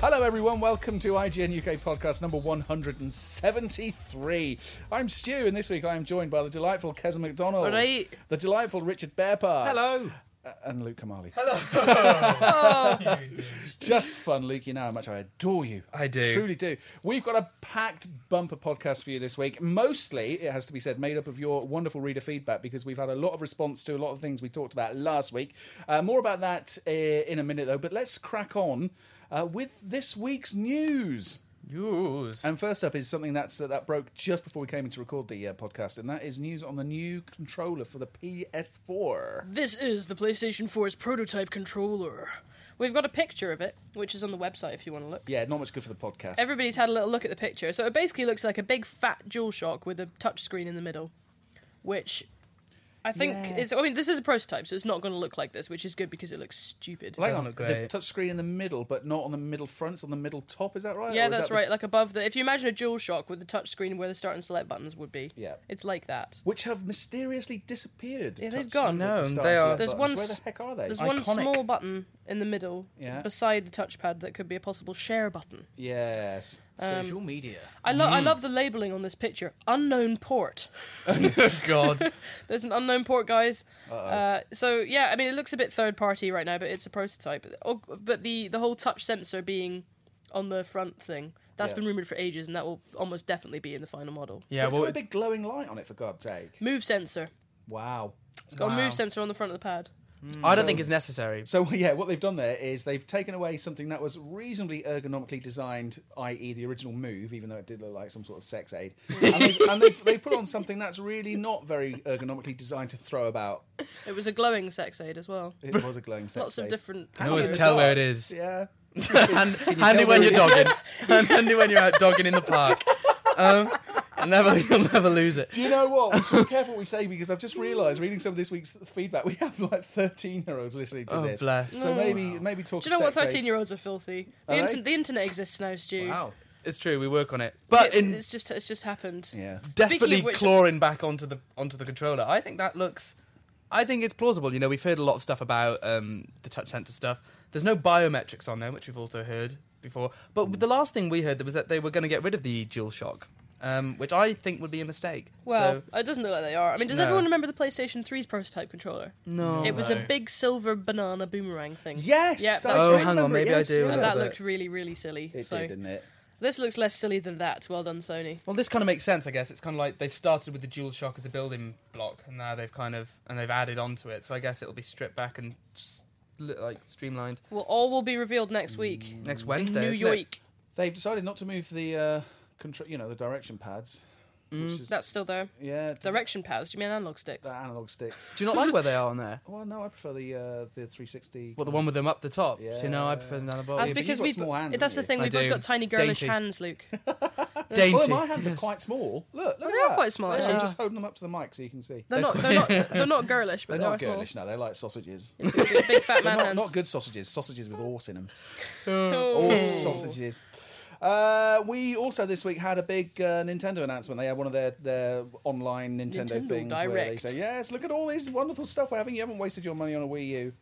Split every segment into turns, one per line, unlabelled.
Hello, everyone. Welcome to IGN UK podcast number 173. I'm Stu, and this week I am joined by the delightful Keza McDonald,
Alright.
the delightful Richard Bearpar,
Hello.
and Luke Kamali. Hello. Just fun, Luke. You know how much I adore you.
I do.
Truly do. We've got a packed bumper podcast for you this week. Mostly, it has to be said, made up of your wonderful reader feedback because we've had a lot of response to a lot of things we talked about last week. Uh, more about that uh, in a minute, though. But let's crack on uh, with this week's news.
News.
And first up is something that's uh, that broke just before we came in to record the uh, podcast, and that is news on the new controller for the PS4.
This is the PlayStation 4's prototype controller. We've got a picture of it, which is on the website if you want to look.
Yeah, not much good for the podcast.
Everybody's had a little look at the picture. So it basically looks like a big fat DualShock with a touchscreen in the middle, which I think is. I mean, this is a prototype, so it's not going to look like this, which is good because it looks stupid.
Well, hang
Doesn't
on,
look
the
great.
touchscreen in the middle, but not on the middle fronts, on the middle top. Is that right?
yeah,
Or oh, is
that's
that the-
right. Like above the. If you imagine a DualShock with the touchscreen where the start and select buttons would be,
Yeah.
it's like that.
which have mysteriously disappeared.
Yeah, they've
Touch
gone.
screen at
No,
the start
they
and
are-
select
There's
buttons.
one
Where the
s-
heck are they?
There's one
Iconic.
small button in the middle
Yeah.
beside the touchpad that could be a possible share button.
yes.
Um,
Social media.
I, lo-
Mm.
I love the labeling on this picture. Unknown port.
God.
There's an unknown port, guys. Uh, so yeah, I mean, it looks a bit third party right now, but it's a prototype. Oh, but the the whole touch sensor being on the front thing that's
Yeah.
been rumored for ages, and that will almost definitely be in the final model.
Yeah,
it's got
well,
a big glowing light on it, for God's sake.
Move sensor.
Wow.
It's got a
Wow.
move sensor on the front of the pad.
I don't think it's necessary.
So yeah, what they've done there is they've taken away something that was reasonably ergonomically designed, i.e., the original Move, even though it did look like some sort of sex aid, and, they've, and they've, they've put on something that's really not very ergonomically designed to throw about.
It was a glowing sex aid as well.
It was a glowing sex
Lots of
aid.
different.
You can always
Yeah.
tell where it is.
Yeah.
Hand, handy
tell
when
where
you're dogging. handy when you're out dogging in the park. Um, you'll never, you'll never lose it.
Do you know what? We should be careful what we say because I've just realised reading some of this week's feedback, we have like thirteen-year-olds listening to
Oh,
this.
bless.
So maybe maybe talk.
Oh. Do you know what?
sex ed.
Thirteen year olds are filthy. The,
Are they?
inter- the internet exists now, Stu.
It's true. We work on it, but
It's,
in
it's just it's just happened.
Yeah.
desperately
of which-
clawing back onto the onto the controller. I think that looks. I think it's plausible. You know, we've heard a lot of stuff about um, the touch sensor stuff. There's no biometrics on there, which we've also heard before. But the last thing we heard was that they were going to get rid of the dual shock, um, which I think would be a mistake.
Well,
So-
it doesn't look like they are. I mean, does
No.
everyone remember the PlayStation 3's prototype controller?
Oh,
no.
it was a
No.
big silver banana boomerang thing.
Yes.
Yeah,
I
that's
Oh,
do
right.
hang on,
remember it,
maybe I
yes,
do.
yeah.
And that
but-
looked really, really silly.
It
so
did, didn't it?
this looks less silly than that. Well done, Sony.
Well, this kind of makes sense, I guess. It's kind of like they've started with the dual shock as a building block, and now they've kind of and they've added onto it. So I guess it'll be stripped back and s- li- like streamlined
Well, all will be revealed next week.
Mm,
next Wednesday.
Mm. New
isn't it?
York.
They've decided not to move the uh, control, you know, the direction pads. Which is,
Mm, That's still there.
yeah, d-
Direction pads. Do you mean analog sticks?
the analog sticks.
Do you not like where they are on there?
Well, no, I prefer the uh, the 360.
Well, the one with them up the top. So you know, I
Oh, Yeah.
prefer another
That's
body.
but you've
because
got
we.
small hands,
That's the
haven't
thing.
you?
We've
I
both
do.
got tiny girlish
Dainty.
hands, Luke.
Although
Dainty.
my hands are quite small. Look, look
they
at
are
that.
quite small,
Yeah,
actually.
I'm just holding them up to the mic so you can see.
They're not. They're not. They're not girlish, but
They're
they are
not
small.
girlish, no. They're like sausages.
Big, big fat man
not,
hands.
not good sausages. Sausages with horse in them.
Oh.
All sausages. Uh, we also this week had a big uh, Nintendo announcement. They had one of their, their online Nintendo,
Nintendo
things where they
Direct.
say, "Yes, look at all this wonderful stuff we're having. You haven't wasted your money on a Wii U."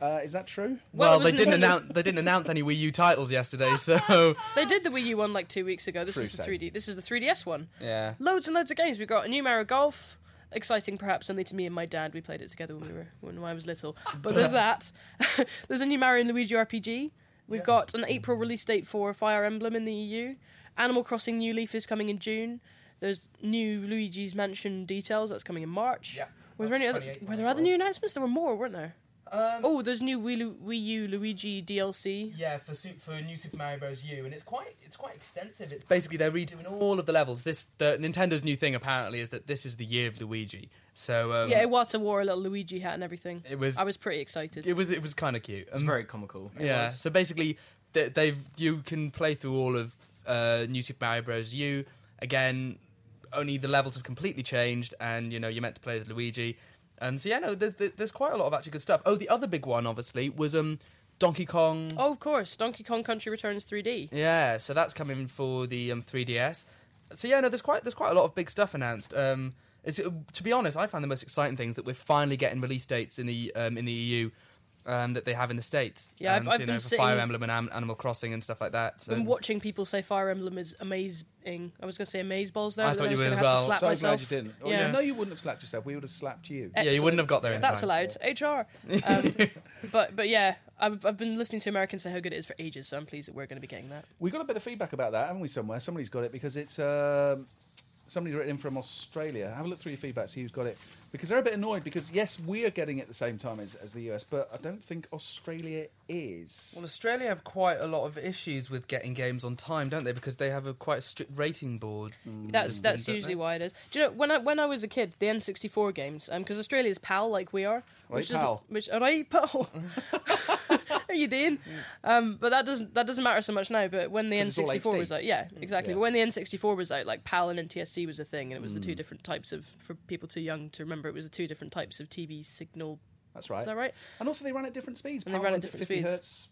Uh, is that true?
Well,
Well,
it
they
was
didn't
Nintendo.
announce they didn't announce any Wii U titles yesterday, so
They did the Wii U one like two weeks ago. This
True
is the
same.
3D. This is the 3DS one.
yeah.
loads and loads of games. We got a new Mario Golf, exciting perhaps only to me and my dad. We played it together when we were when I was little.
Ah,
But there's that. there's a new Mario and Luigi RPG. We've got an April release date for Fire Emblem in the EU. Animal Crossing New Leaf is coming in June. There's new Luigi's Mansion details that's coming in March.
Yeah,
Were there
that's
any other?
28th
Were there
March.
other new announcements? There were more, weren't there? oh, there's new Wii, Lu- Wii U Luigi DLC.
Yeah, for Su- for New Super Mario Bros. U, and it's quite it's quite extensive. It's basically they're redoing all of the levels. This the Nintendo's new thing apparently is that this is the year of Luigi. So um,
Yeah, Iwata wore a little Luigi hat and everything.
it was
I was pretty excited.
it was it was kind of cute.
It's
Mm.
Um,
very comical.
yeah. So basically, they, they've you can play through all of uh, New Super Mario Bros. U again. Only the levels have completely changed, and you know you're meant to play as Luigi. Um, so yeah, no, there's there's quite a lot of actually good stuff. Oh, the other big one obviously was um Donkey Kong.
Oh, of course, Donkey Kong Country Returns 3D.
Yeah, so that's coming for the um, 3DS. So yeah, no, there's quite there's quite a lot of big stuff announced. Um, it's, to be honest, I find the most exciting things that we're finally getting release dates in the um, in the EU um, that they have in the states.
Yeah, I've-
um,
I've
you
been
know, for
sitting-
Fire Emblem and Am- Animal Crossing and stuff like that. So
been watching people say Fire Emblem is amazing. I was going to say amaze balls there.
I
but
thought
then
you
I was
were
gonna
as
have To
well.
slap
so
myself.
glad you didn't. Oh,
Yeah. Eh.
No, you wouldn't have slapped yourself. We would have slapped you.
yeah, you wouldn't have got there in
That's
time.
allowed. HR. Um, but but yeah, I've, I've been listening to Americans say how good it is for ages, so I'm pleased that we're going to be getting that.
We got a bit of feedback about that, haven't we? Somewhere, somebody's got it because it's um somebody's written in from Australia. Have a look through your feedback, see who's got it, because they're a bit annoyed because yes, we are getting it at the same time as, as the US, but I don't think Australia is.
Well, Australia have quite a lot of issues with getting games on time, don't they? Because they have a quite strict rating board.
That's
system,
that's
don't
eh?
usually
they?
why it is. Do you know when I when I was a kid, the N64 games, because Australia's PAL like we are,
Right,
doesn't-
pal.
which all right PAL. are you doing? Um, but that doesn't that doesn't matter so much now. But when the
'Cause it's all
N64 was
HD.
out, yeah, exactly.
Yeah. Mm.
But when the N64 was out, like PAL and NTSC was a thing, and it was the two different types of for people too young to remember. It was the two different types of TV signal.
That's right.
Is that right?
And also, they ran at different speeds.
And they
Power
ran at
runs
different
50
speeds.
hertz.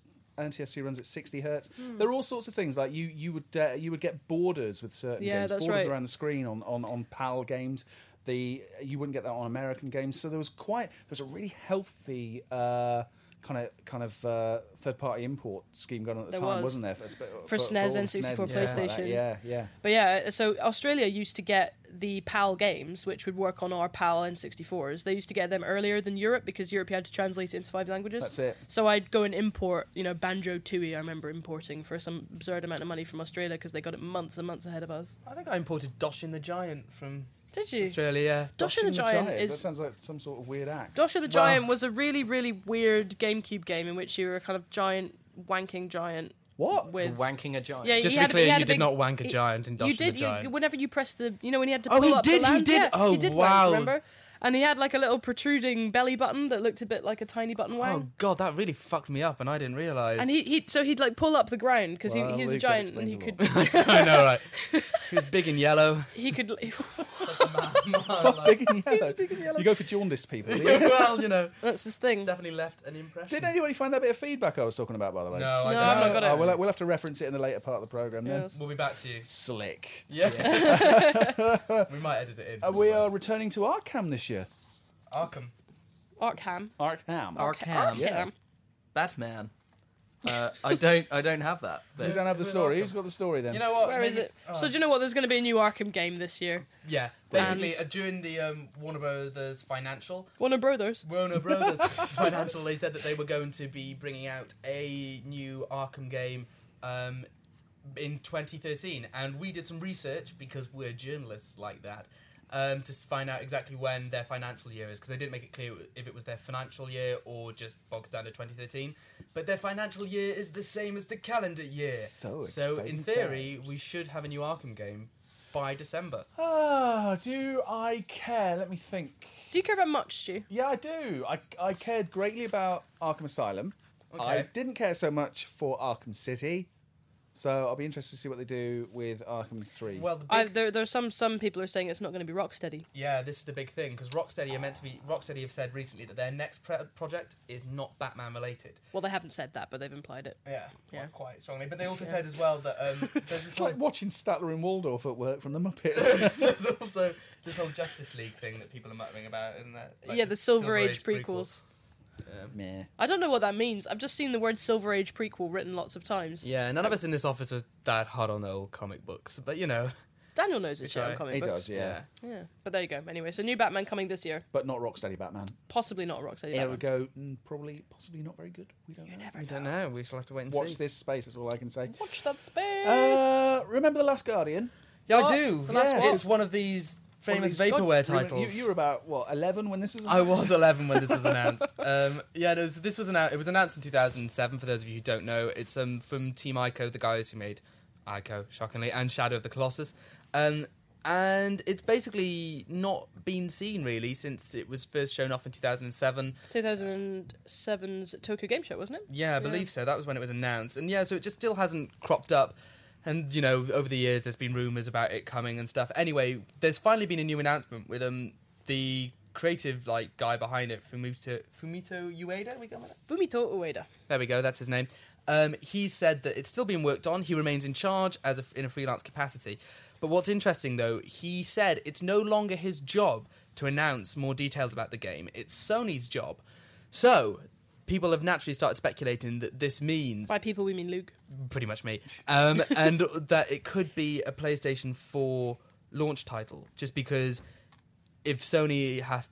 NTSC runs at 60 hertz. There are all sorts of things like you you would uh, you would get borders with certain
Yeah,
games,
that's
borders
right.
around the screen on, on, on PAL games. The you wouldn't get that on American games. So there was quite there was a really healthy. Uh, Kind of, kind of uh, third-party import scheme going on at the
There
time,
was.
wasn't there? For, for,
SNES,
all
N64,
SNES and stuff like that.
PlayStation.
Yeah, yeah.
But yeah, so Australia used to get the PAL games, which would work on our PAL N64s. They used to get them earlier than Europe because Europe you had to translate it into five languages.
That's it.
So I'd go and import, you know, Banjo Tooie. I remember importing for some absurd amount of money from Australia because they got it months and months ahead of us.
I think I imported Doshin the Giant from
Did you?
Australia.
Dosh and the Giant
That
is.
sounds like some sort of weird act.
Dosh of the
Wow.
Giant was a really, really weird GameCube game in which you were a kind of giant, wanking giant.
What?
With
wanking a giant.
yeah,
Just
he
to be
had a- he
clear,
had
you
a
did
big-
not wank a
he-
giant in
you
Doshin the
did. You,
Giant.
whenever you pressed the, you know, when he had to
Oh,
pull
he
up
did,
the
he
land,
did.
yeah,
Oh,
he did
wow.
Land, remember? And he had like a little protruding belly button that looked a bit like a tiny button
Oh
wang.
god, that really fucked me up, and I didn't realise.
and he, he, so he'd like pull up the ground because
Well,
he, he was a
Luke, that
giant and he
explains
could,
a
I know, right? He was big and yellow.
he could,
Big and yellow. You go for jaundiced people. do you?
well, you know,
that's his thing.
definitely left an impression.
Did anybody find that bit of feedback I was talking about, by the way?
No,
No,
I don't.
I've
know.
not got it.
Oh, we'll, we'll have to reference it in the later part of the program then.
Yes.
We'll be back to you.
Slick.
Yeah. we might edit it in.
Uh, we are returning to Arkham this year.
Arkham.
Arkham.
Arkham.
Arkham.
Yeah.
Batman. Uh, I don't. I don't have that.
You
But
don't have the story. Who's got the story then?
You know what? uh,
Where is
Maybe- Oh,
it? So do you know what? There's going to be a new Arkham game this year.
Yeah. Basically, uh, during the um, Warner Brothers financial,
Warner Brothers.
Warner Brothers financial, they said that they were going to be bringing out a new Arkham game um, in 2013, and we did some research because we're journalists like that. Um, to s- find out exactly when their financial year is, because they didn't make it clear if it was their financial year or just bog standard 2013. But their financial year is the same as the calendar year.
So
so in
exciting
theory, we should have a new Arkham game by December.
Ah, do I care? Let me think.
Do you care about much, Stu?
Yeah, I do. I, I cared greatly about Arkham Asylum. I
Okay.
didn't care so much for Arkham City. So I'll be interested to see what they do with Arkham 3.
Well, the big
I, there, there's some some people are saying it's not going to be Rocksteady.
Yeah, this is the big thing because Rocksteady are meant to be. Rocksteady have said recently that their next pre- project is not Batman related.
Well, they haven't said that, but they've implied it.
Yeah,
Yeah.
quite strongly. But they also said as well that um, there's, this
it's
whole,
like watching Statler and Waldorf at work from the Muppets.
there's also this whole Justice League thing that people are muttering about, isn't there? Like
yeah, the Silver, Age, prequels.
Meh.
I don't know what that means. I've just seen the word Silver Age prequel written lots of times.
Yeah, none of us in this office are that hot on the old comic books, but you know,
Daniel knows his
We
shit on
try.
comic
He
books.
does, yeah.
Yeah. But there you go. Anyway, so new Batman coming this year.
But not Rocksteady Batman.
Possibly not a Rocksteady.
Ergo, mm,
Batman.
probably, possibly not very good. We don't
You
know.
never
I
know.
don't know. We shall have to wait and
Watch
see.
this space. That's all I can say.
Watch that space.
Uh, remember the Last Guardian?
Yeah,
Oh,
I do.
the last
Yeah.
one.
It's one of these famous
One of these-
vaporware
God,
titles.
You, you were about what eleven when this was.
I was
announced?
11 when this was announced. Um, yeah, no, so this was announced. It was announced in 2007. For those of you who don't know, it's um, from Team Ico, the guys who made Ico, shockingly, and Shadow of the Colossus. Um, and it's basically not been seen really since it was first shown off in 2007.
2007's Tokyo Game Show, wasn't it?
Yeah, I believe so. That was when it was announced. And yeah, so it just still hasn't cropped up. And, you know, over the years, there's been rumours about it coming and stuff. Anyway, there's finally been a new announcement with um, the creative like guy behind it, Fumito, Fumito Ueda. We got that?
Fumito Ueda.
There we go. That's his name. Um, he said that it's still being worked on. He remains in charge as a, in a freelance capacity. But what's interesting, though, he said it's no longer his job to announce more details about the game. It's Sony's job. So people have naturally started speculating that this means
By people, we mean Luke.
pretty much me, um, and that it could be a PlayStation 4 launch title, just because if Sony have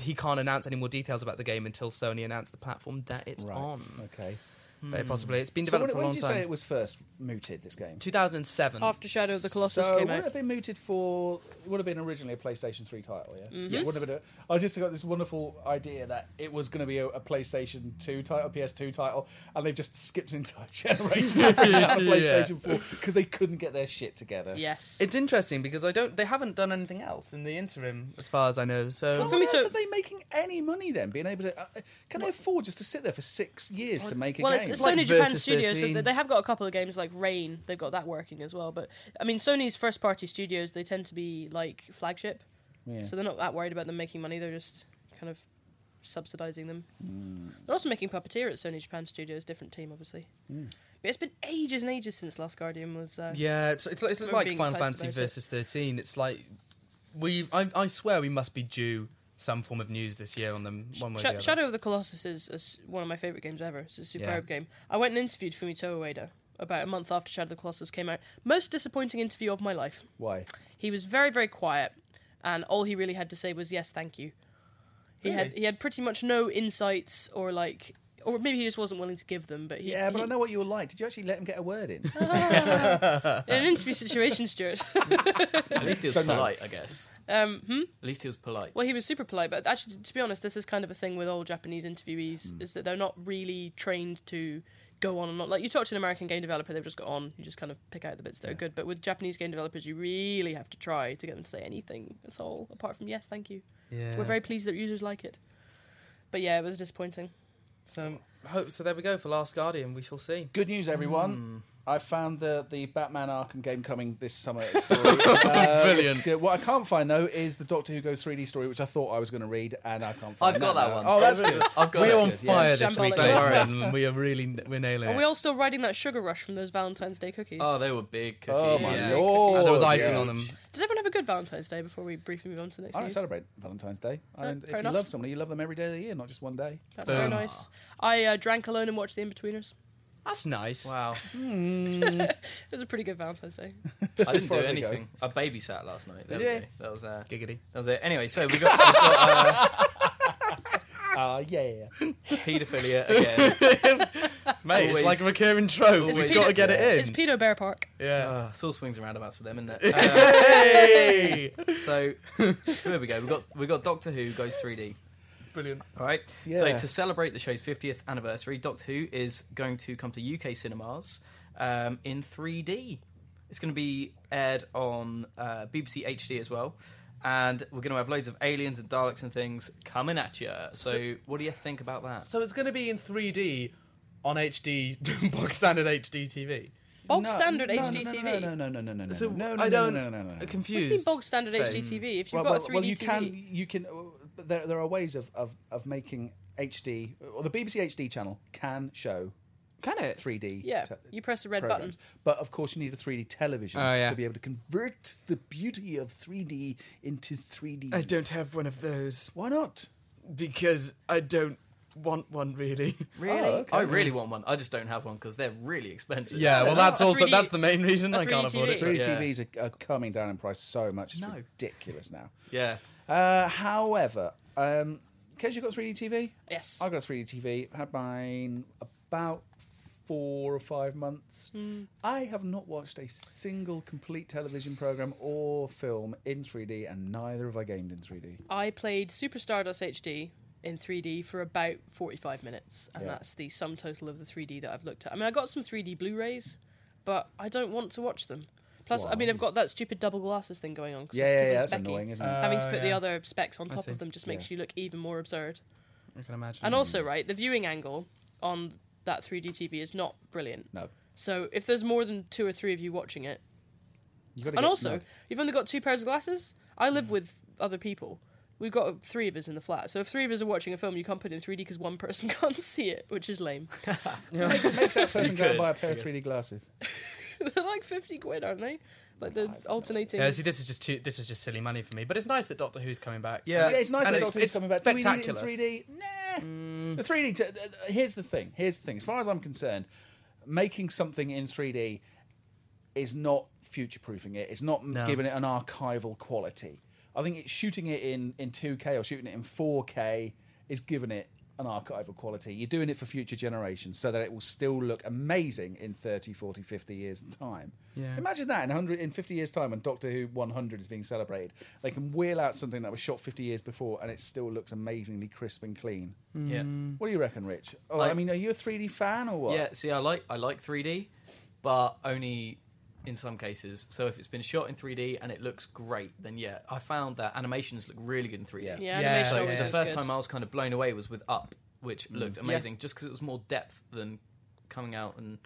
he can't announce any more details about the game until Sony announce the platform that it's
Right.
on.
Okay.
Hmm.
Very possibly, it's been
So when,
developed
when did you
for a long
say
time.
it was first mooted? This game.
2007.
After Shadow of the Colossus
so
came
would it
out.
have been mooted for? It would have been originally a PlayStation Three title,
Mm-hmm.
yeah.
Yes.
Would have been a, I just got this wonderful idea that it was going to be a, a PlayStation Two title, PS Two title, and they've just skipped an entire generation and put it out on
Yeah.
PlayStation Four because they couldn't get their shit together.
Yes.
It's interesting because I don't. They haven't done anything else in the interim, as far as I know. So
Well,
For me
how
to-
are they making any money then? Being able to, uh, can they afford just to sit there for six years to make a
well,
game?
it's, it's
like
Sony Japan
Versus
Studios, so
13.
they- they have got a couple of games like Rain. They've got that working as well. But I mean, Sony's first-party studios they tend to be like flagship,
Yeah.
so they're not that worried about them making money. They're just kind of subsidizing them.
Mm.
They're also making Puppeteer at Sony Japan Studios, different team, obviously. But it's been ages and ages since Last Guardian was. Uh,
Mm. yeah, it's it's, it's
Remember
like
being
Final
excited
Fantasy
about it.
versus thirteen. It's like we. I, I swear we must be due some form of news this year on them. One way or
Sh-
the other.
Shadow of the Colossus is, is one of my favorite games ever. It's a superb game. I went and interviewed Fumito Ueda about a month after Shadow of the Colossus came out. Most disappointing interview of my life.
Why?
He was very, very quiet, and all he really had to say was yes, thank you. He had
Really?
he had pretty much no insights or like, or maybe he just wasn't willing to give them. But he,
Yeah, but
he-
I know what you were like. Did you actually let him get a word in?
in an interview situation, Stuart.
At least he was
So no.
polite, I guess.
um, hmm?
At least he was polite.
Well, he was super polite, but actually, to be honest, this is kind of a thing with all Japanese interviewees is that they're not really trained to go on and not like you talk to an American game developer, they've just got on. You just kind of pick out the bits that are good. But with Japanese game developers, you really have to try to get them to say anything at all, apart from yes, thank you.
Yeah.
We're very pleased that users like it. But yeah, it was disappointing.
So, hope, so there we go for Last Guardian. We shall see.
Good news, everyone. Hmm. I found the, the Batman Arkham game coming this summer. Story. Uh,
Brilliant.
it's- What I can't find though is the Doctor Who goes 3D story, which I thought I was going to read, and I can't find.
I've got that
now.
one.
Oh, that's good.
I've got
We
that
are on
good,
fire this
Shambolic.
week,
Don't
ladies and
worry.
gentlemen. We are really we're nailing
Are
it.
we all still riding that sugar rush from those Valentine's Day cookies?
Yeah. Oh, they were big. Cookies.
Oh my
Yeah.
lord!
And there was icing
yeah.
on them.
Did everyone have a good Valentine's Day before we briefly move on to the next
I don't
news?
celebrate Valentine's Day.
No,
and if
fair
you
enough.
love somebody, you love them every day of the year, not just one day.
That's very
Boom.
nice. I uh, drank alone and watched The Inbetweeners.
That's nice.
Wow,
It was a pretty good Valentine's Day.
I
As
didn't
far
do
as they go.
anything. I babysat last night.
Did
That was
you?
it. That was uh,
Giggity.
that was it. Anyway, so we got, we got uh,
Ah, yeah.
paedophilia again.
Mate,
Always-
it's like a recurring trope.
It's
We've
pedo-
got to get
It's
it in.
Pedo Bear Park.
yeah.
Uh, it's all swings and roundabouts for them, isn't it? Uh,
Hey!
So, so here we go. We got we got Doctor Who goes 3D.
Brilliant.
All right.
Yeah.
So to celebrate the show's 50th anniversary, Doctor Who is going to come to UK cinemas um, in 3D. It's going to be aired on uh, BBC HD as well, and we're going to have loads of aliens and Daleks and things coming at you. So, what do you think about that?
So it's going to be in 3D on HD, bog standard HD TV.
Bog standard
no,
HD TV.
No, no, no, no, no, no, no.
So
no, no,
I
no,
don't.
No, no, no, no, no.
What do
Confused.
you mean bog standard
face.
HD TV? If you've
well,
got
well,
a 3D
well, you
TV,
can you can but there, there are ways of, of, of making HD or the BBC HD channel can show
Can it?
3D
yeah,
te-
you press the red
programs. But of course, you need a 3D television
Oh, yeah.
to be able to convert the beauty of 3D into 3D.
I don't have one of those
Why not?
because I don't want one really.
Really?
Oh, okay.
I really want one. I just don't have one because they're really expensive.
Yeah, well, that's
A
also
3D
that's the main reason
a
I
3D
can't afford it.
3D
Yeah.
TVs are, are coming down in price so much; it's
No.
ridiculous now.
Yeah.
Uh, however, um, Kes, you got 3D TV?
Yes.
I got a 3D TV. Had mine about four or five months. I have not watched a single complete television program or film in 3D, and neither have I gamed in 3D.
I played Super Stardust HD in 3D for about 45 minutes, and
Yeah.
that's the sum total of the 3D that I've looked at. I mean, I got some 3D Blu-rays, but I don't want to watch them. Plus, I mean,
Why?
I've got that stupid double glasses thing going on. 'cause-
Yeah, yeah,
'cause
yeah.
I'm
That's
speccy.
annoying, isn't it?
Uh,
Having to
Oh,
put the
yeah.
other specs on
I
top
see.
of them just makes
Yeah.
you look even more absurd.
I can imagine.
And also, right, the viewing angle on that 3D TV is not brilliant.
no,
So if there's more than two or three of you watching it,
you got to
and
get
also
snug.
you've only got two pairs of glasses. I live with other people. We've got three of us in the flat, so if three of us are watching a film, you can't put it in 3D because one person can't see it, which is lame.
that person go and
could,
buy a pair
I
of 3D glasses.
They're like 50 quid, aren't they? Like the alternating.
yeah, see, this is just too, this is just silly money for me. for me, but it's nice that Doctor Who's coming back.
Yeah.
Yeah, it's nice
And
that
it's-
Doctor Who's
it's
coming back. Do we need it in
spectacular.
3D? Nah. The 3D. T- uh, here's the thing. Here's the thing. As far as I'm concerned, making something in 3D is not future proofing it. It's not
No.
giving it an archival quality. I think it's shooting it in, in 2K or shooting it in 4K is giving it an archival quality. You're doing it for future generations so that it will still look amazing in 30, 40, 50 years' time.
Yeah.
Imagine that in 100 in 50 years' time when Doctor Who 100 is being celebrated. They can wheel out something that was shot 50 years before and it still looks amazingly crisp and clean.
Yeah.
Mm.
What do you reckon, Rich? Oh, I
Like-
mean, are you a 3D fan or what?
Yeah, see, I like I like 3D, but only in some cases. So if it's been shot in 3D and it looks great, then yeah, I found that animations look really good in 3D.
Yeah.
Yeah,
Yeah,
animation
So
always
the
looks
first
good.
time I was kind of blown away was with Up, which
Mm.
looked amazing just because it was more depth than coming out and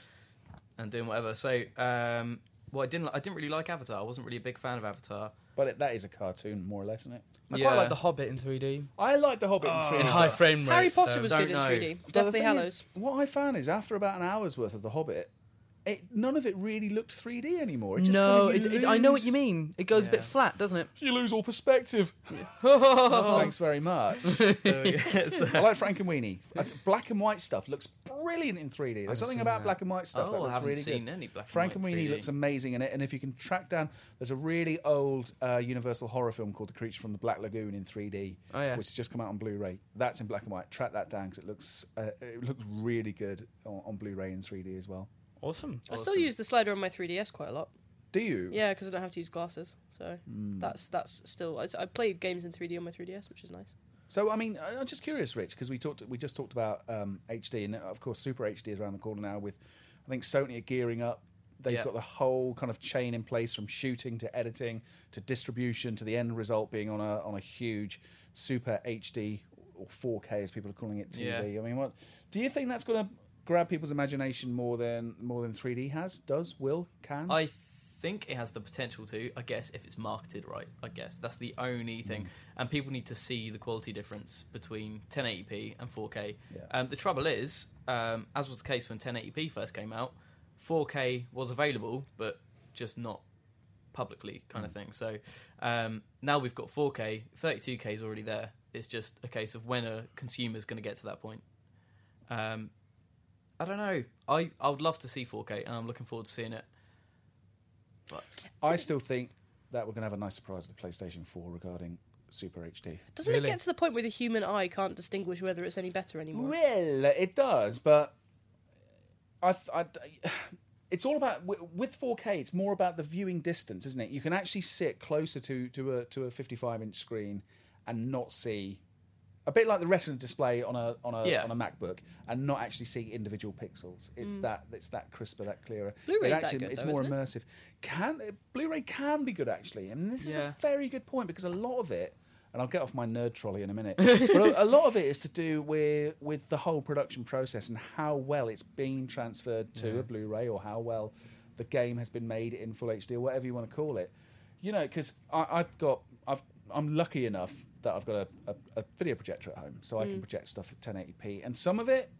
and doing whatever. So um, well, I didn't li- I didn't really like Avatar. I wasn't really a big fan of Avatar.
But it, that is a cartoon, more or less, isn't it?
I
yeah.
quite like The Hobbit in 3D.
I like The Hobbit in 3D.
in
but-
high frame rate.
Harry Potter
though.
was
don't
good in
know.
3D.
But the
Deathly
thing
Hallows.
is, what I found is after about an hour's worth of The Hobbit, it, none of it really looked 3D anymore. It just
no,
kinda-
it,
you
it, I know what you
lose-
mean. It goes a
Yeah.
bit flat, doesn't it?
You lose all perspective.
Oh.
Thanks very much.
So, yeah, so-
I like Frank and Weenie. Uh, Black and white stuff looks brilliant in 3D. There's something
seen
about
that.
black and white stuff that
oh, I
looks
haven't
really
seen
good.
any black.
Frank and
white
Weenie
3D.
looks amazing in it, and if you can track down, there's a really old uh, Universal horror film called The Creature from the Black Lagoon in 3D,
Oh, yeah.
which has just come out on Blu-ray. That's in black and white. Track that down because it looks uh, it looks really good on, on Blu-ray and 3D as well.
Awesome.
I still use the slider on my 3DS quite a lot.
Do you?
Yeah, because I don't have to use glasses, so
Mm.
that's that's still. I, I play games in 3D on my 3DS, which is nice.
So I mean, I- I'm just curious, Rich, because we talked, we just talked about um, HD, and of course, Super HD is around the corner now. With I think Sony are gearing up. They've
Yeah.
got the whole kind of chain in place from shooting to editing to distribution to the end result being on a on a huge Super HD or 4K as people are calling it TV.
Yeah.
I mean, what do you think that's going to grab people's imagination more than more than 3D has? Does will can?
I think it has the potential to, I guess, if it's marketed right. I guess that's the only thing. And people need to see the quality difference between 1080p and 4K.
Yeah.
Um, the trouble is, um, as was the case when 1080p first came out, 4K was available, but just not publicly, kind
Mm.
of thing. So um, now we've got 4K, 32K is already there. It's just a case of when a consumer's going to get to that point. Um, I don't know. I, I would love to see 4K, and I'm looking forward to seeing it.
I still think that we're going to have a nice surprise at the PlayStation 4 regarding Super HD.
Doesn't
Really?
it get to the point where the human eye can't distinguish whether it's any better anymore?
Well, it does, but I, th- I d- it's all about wi- with 4K. It's more about the viewing distance, isn't it? You can actually sit closer to to a to a 55 inch screen and not see. A bit like the Retina display on a on a
Yeah.
on a MacBook, and not actually see individual pixels. It's that it's that crisper, that clearer.
Mm. Blu-ray's
It
that
actually-
good
it's
though,
more
isn't it?
immersive. Can Blu-ray can be good actually, and this is
Yeah.
a very good point because a lot of it, and I'll get off my nerd trolley in a minute, but a, a lot of it is to do with with the whole production process and how well it's being transferred to a Blu-ray or how well the game has been made in full HD or whatever you want to call it. You know, because I've got I've I'm lucky enough that I've got a, a, a video projector at home, so I can project stuff at 1080p, and some of it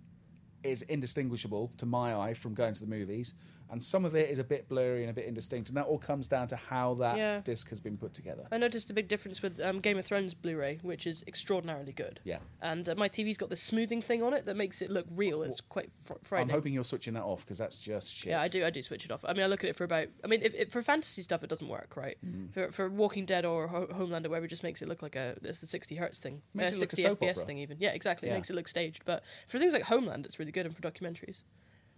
is indistinguishable to my eye from going to the movies, and some of it is a bit blurry and a bit indistinct, and that all comes down to how that
Yeah.
disc has been put together.
I noticed a big difference with um, Game of Thrones Blu-ray, which is extraordinarily good.
Yeah,
And uh, my TV's got this smoothing thing on it that makes it look real. It's quite fr- frightening.
I'm hoping you're switching that off because that's just shit.
Yeah, I do. I do switch it off. I mean, I look at it for about. I mean, if, if for fantasy stuff, it doesn't work, right?
Mm.
For, for Walking Dead or Ho- Homeland or whatever, it just makes it look like a it's the sixty hertz thing,
Makes
uh,
it look a
sixty
soap
FPS
opera.
thing, even. Yeah, exactly.
Yeah.
It makes it look staged. But for things like Homeland, it's really good, and for documentaries.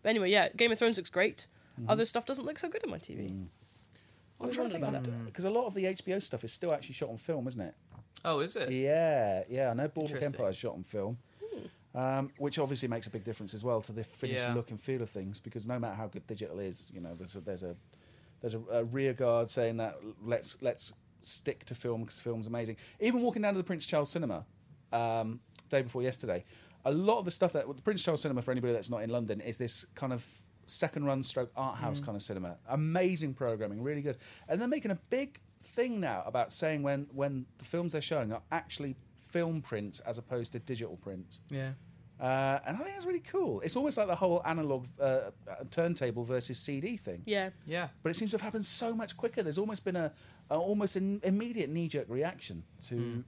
But anyway, yeah, Game of Thrones looks great.
Mm-hmm.
Other stuff doesn't look so good on my TV.
Mm. I'm
What
trying
do
to
you
think
want
about it because Mm. a lot of the HBO stuff is still actually shot on film, isn't it?
Oh, is it?
Yeah, yeah. I know Boardwalk
Interesting.
Empire is shot on film, um, which obviously makes a big difference as well to the finished
Yeah.
look and feel of things. Because no matter how good digital is, you know, there's a, there's a there's a, a rear guard saying that let's let's stick to film because film's amazing. Even walking down to the Prince Charles Cinema um, day before yesterday, a lot of the stuff that the Prince Charles Cinema for anybody that's not in London is this kind of second run stroke art house kind of cinema. Amazing programming, really good. And they're making a big thing now about saying when when the films they're showing are actually film prints as opposed to digital prints.
Yeah.
Uh, and I think that's really cool. It's almost like the whole analog uh, uh, turntable versus CD thing
Yeah,
Yeah.
but it seems to have happened so much quicker. There's almost been a, a almost an immediate knee jerk reaction to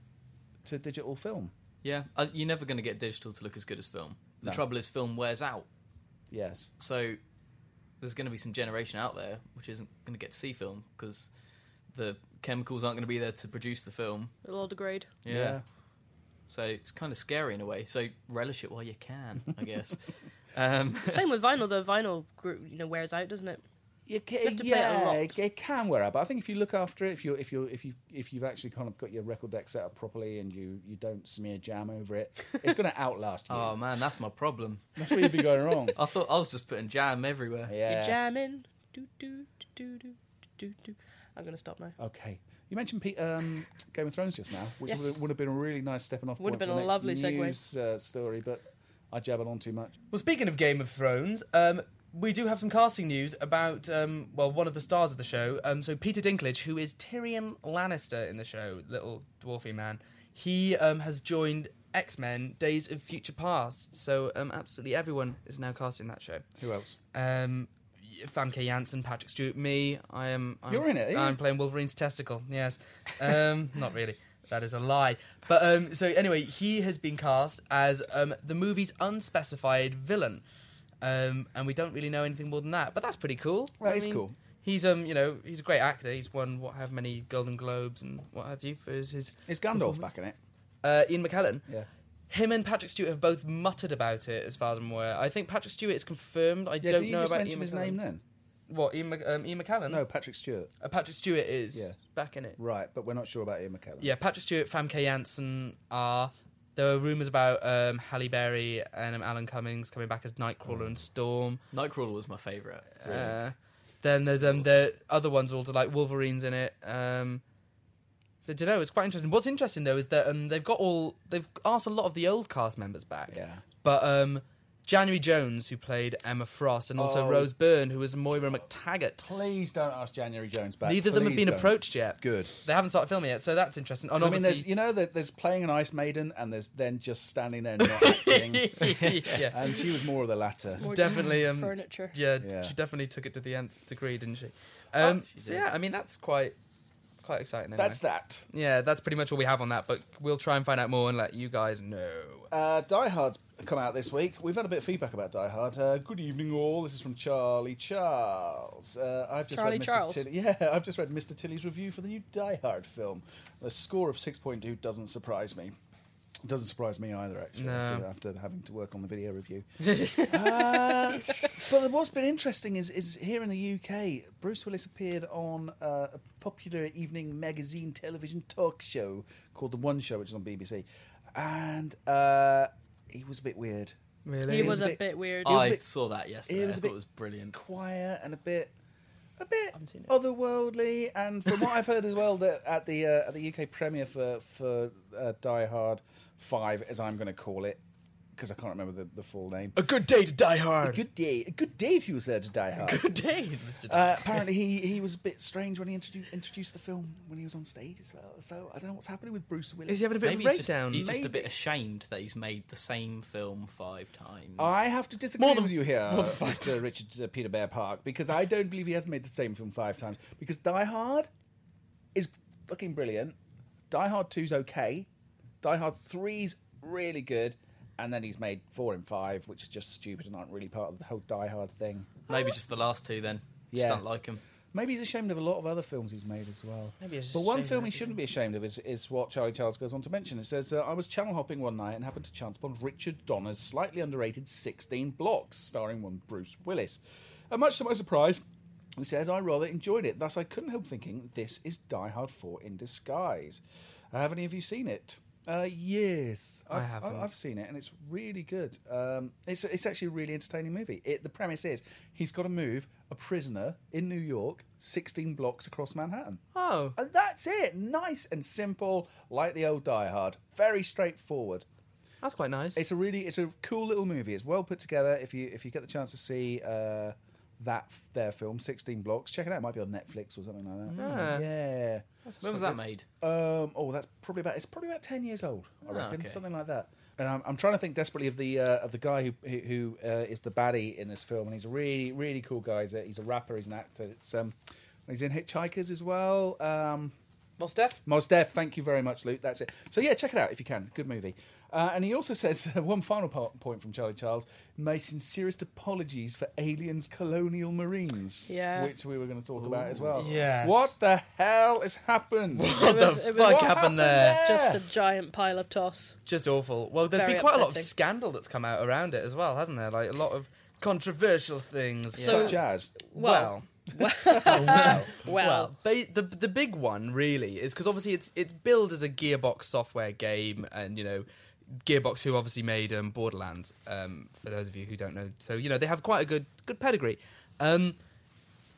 to digital film.
Yeah, uh, you're never going to get digital to look as good as film. The
No.
trouble is, film wears out.
Yes.
So there's going to be some generation out there which isn't going to get to see film because the chemicals aren't going to be there to produce the film.
It'll all degrade.
Yeah. So it's kind of scary in a way. So relish it while you can, I guess. um,
Same with vinyl though. Vinyl, gr- you know, wears out, doesn't it?
You ca-
have to play it a
yeah,
lot.
it- it can wear out, but I think if you look after it, if you if you if you if you've actually kind of got your record deck set up properly and you you don't smear jam over it, it's going to outlast you.
Um.
oh man, that's my problem.
That's where you'd be going wrong.
I thought I was just putting jam everywhere.
Yeah.
You're jamming. Do do do do do do. I'm gonna stop now.
Okay. You mentioned Pete, um, Game of Thrones just now, which
Yes.
would, would have been a really nice stepping off
Would
point
have
for the
been a
next
lovely segue.
news uh, story, but I jabbered on too much.
Well, speaking of Game of Thrones, um, we do have some casting news about um, well, one of the stars of the show. Um, so Peter Dinklage, who is Tyrion Lannister in the show, little dwarfy man, he um, has joined X Men: Days of Future Past. So um, absolutely everyone is now casting that show.
Who else?
Um, y- Famke Janssen, Patrick Stewart, me. I am. I'm,
You're in it, are you?
I'm playing Wolverine's testicle. Yes. Um, not really. That is a lie. But um, so anyway, he has been cast as um, the movie's unspecified villain, um, and we don't really know anything more than that. But that's pretty cool.
That
I
is
mean,
cool.
He's um, you know, he's a great actor. He's won what have many Golden Globes and what have you for his. his
Is Gandalf
performance.
back in it?
Uh, Ian McKellen.
Yeah.
Him and Patrick Stewart have both muttered about it, as far as I'm aware. I think Patrick Stewart is confirmed. I
Yeah,
don't
do you
know
just
about
mention
Ian
his
McKellen.
name then?
What Ian, Mc- um, Ian McKellen?
No, Patrick Stewart.
Uh, Patrick Stewart is
Yeah.
back in it.
Right, but we're not sure about Ian McKellen.
Yeah, Patrick Stewart, Famke Janssen are. There were rumours about um, Halle Berry and um, Alan Cummings coming back as
Mm.
Nightcrawler and Storm.
Nightcrawler was my favourite.
Uh, then there's um, the other ones also like Wolverine's in it. Um, I don't know. It's quite interesting. What's interesting though is that um, they've got all they've asked a lot of the old cast members back.
Yeah.
But um, January Jones, who played Emma Frost, and also
Oh.
Rose Byrne, who was Moira McTaggart.
Please don't ask January Jones back.
Neither of them have
Please
been
don't.
approached yet.
Good.
They haven't started filming yet, so that's interesting. And
I mean, there's
obviously,
you know that there's playing an Ice Maiden and there's then just standing there not acting.
yeah,
And she was more of the latter.
More
Definitely,
just
um,
furniture.
yeah,
Yeah.
she definitely took it to the nth degree, didn't she? Um,
she
so
did.
yeah, I mean, that's quite quite exciting. Anyway.
That's that.
yeah, that's pretty much all we have on that. But we'll try and find out more and let you guys know.
Uh, Die Hard's come out this week. We've had a bit of feedback about Die Hard. Uh, good evening, all. This is from Charlie Charles. Uh, I've just
Charlie
read Mr.
Charles?
Tilly. Yeah, I've just read Mr. Tilly's review for the new Die Hard film. The score of six point two doesn't surprise me. It doesn't surprise me either, actually,
No.
after, after having to work on the video review. uh, but what's been interesting is, is here in the UK, Bruce Willis appeared on uh, a popular evening magazine television talk show called The One Show, which is on BBC. And uh, he was a bit weird.
Really?
He
was
was
a
a
bit-
bit weird.
was a
I
bit-
saw that yesterday.
it was
I
a
thought
bit-
it was brilliant.
Quiet and a bit. A bit
haven't seen it.
otherworldly, and from what I've heard as well, that at the uh, at the UK premiere for for uh, Die Hard Five, as I'm going to call it, because I can't remember the, the full name.
A good day to die
A
hard.
good day, a good day to you, sir, to Die Hard.
Good day, Mr.
Uh, apparently, he, he was a bit strange when he introduced introduced the film when he was on stage as well. So I don't know what's happening with Bruce Willis.
Is he having a bit- of
Maybe he's, just,
breakdown.
he's just a bit
Maybe.
ashamed that he's made the same film five times.
I have to disagree
More than-
with you here,
more than five
Mr. Richard uh, Peter Bear Park, because I don't believe he has made the same film five times. Because Die Hard is fucking brilliant. Die Hard 2's okay. Die Hard 3's really good. And then he's made four and five, which is just stupid and aren't really part of the whole Die Hard thing.
Maybe just the last two then.
Yeah.
Just don't like him.
Maybe he's ashamed of a lot of other films he's made as well.
Maybe he's
but one
ashamed
film
of
he shouldn't be ashamed of is, is what Charlie Charles goes on to mention. It says, uh, I was channel hopping one night and happened to chance upon Richard Donner's slightly underrated 16 Blocks, starring one Bruce Willis. And much to my surprise, he says, I rather enjoyed it. Thus, I couldn't help thinking, this is Die Hard 4 in disguise. Uh, have any of you seen it? Uh, yes,
I
I've,
haven't.
I've seen it, and it's really good. Um, it's it's actually a really entertaining movie. It, the premise is he's got to move a prisoner in New York, sixteen blocks across Manhattan.
Oh,
And that's it. Nice and simple, like the old Die Hard. Very straightforward.
that's quite nice.
It's a really it's a cool little movie. It's well put together. If you if you get the chance to see uh, that f- their film, sixteen blocks, check it out. It might be on Netflix or something like that.
Ah.
Yeah.
When was that made?
Um, oh, that's probably about it's probably about ten years old, I
Ah,
reckon,
okay.
something like that. And I'm, I'm trying to think desperately of the uh, of the guy who who, who uh, is the baddie in this film, and he's a really really cool guy. He's a, he's a rapper, he's an actor. It's, um, he's in Hitchhikers as well. Um,
well, Steph.
Mos Def, thank you very much, Luke. That's it. So yeah, check it out if you can. Good movie. Uh, and he also says one final po- point from Charlie Charles: my sincerest apologies for aliens, colonial marines,
Yeah.
which we were going to talk about as well.
Yes.
What the hell has happened?
What
was-
the
it was-
fuck
What
happened
happened there?
there?
Just a giant pile of toss.
Just awful. Well, there's
Very
been quite a lot of
upsetting.
scandal that's come out around it as well, hasn't there? Like a lot of controversial things.
So-
Such as
Well,
well, well,
Well.
well. Ba- the the big one really is because obviously it's it's billed as a Gearbox software game, and you know, Gearbox who obviously made um, Borderlands. Um, for those of you who don't know, so you know they have quite a good good pedigree. Um,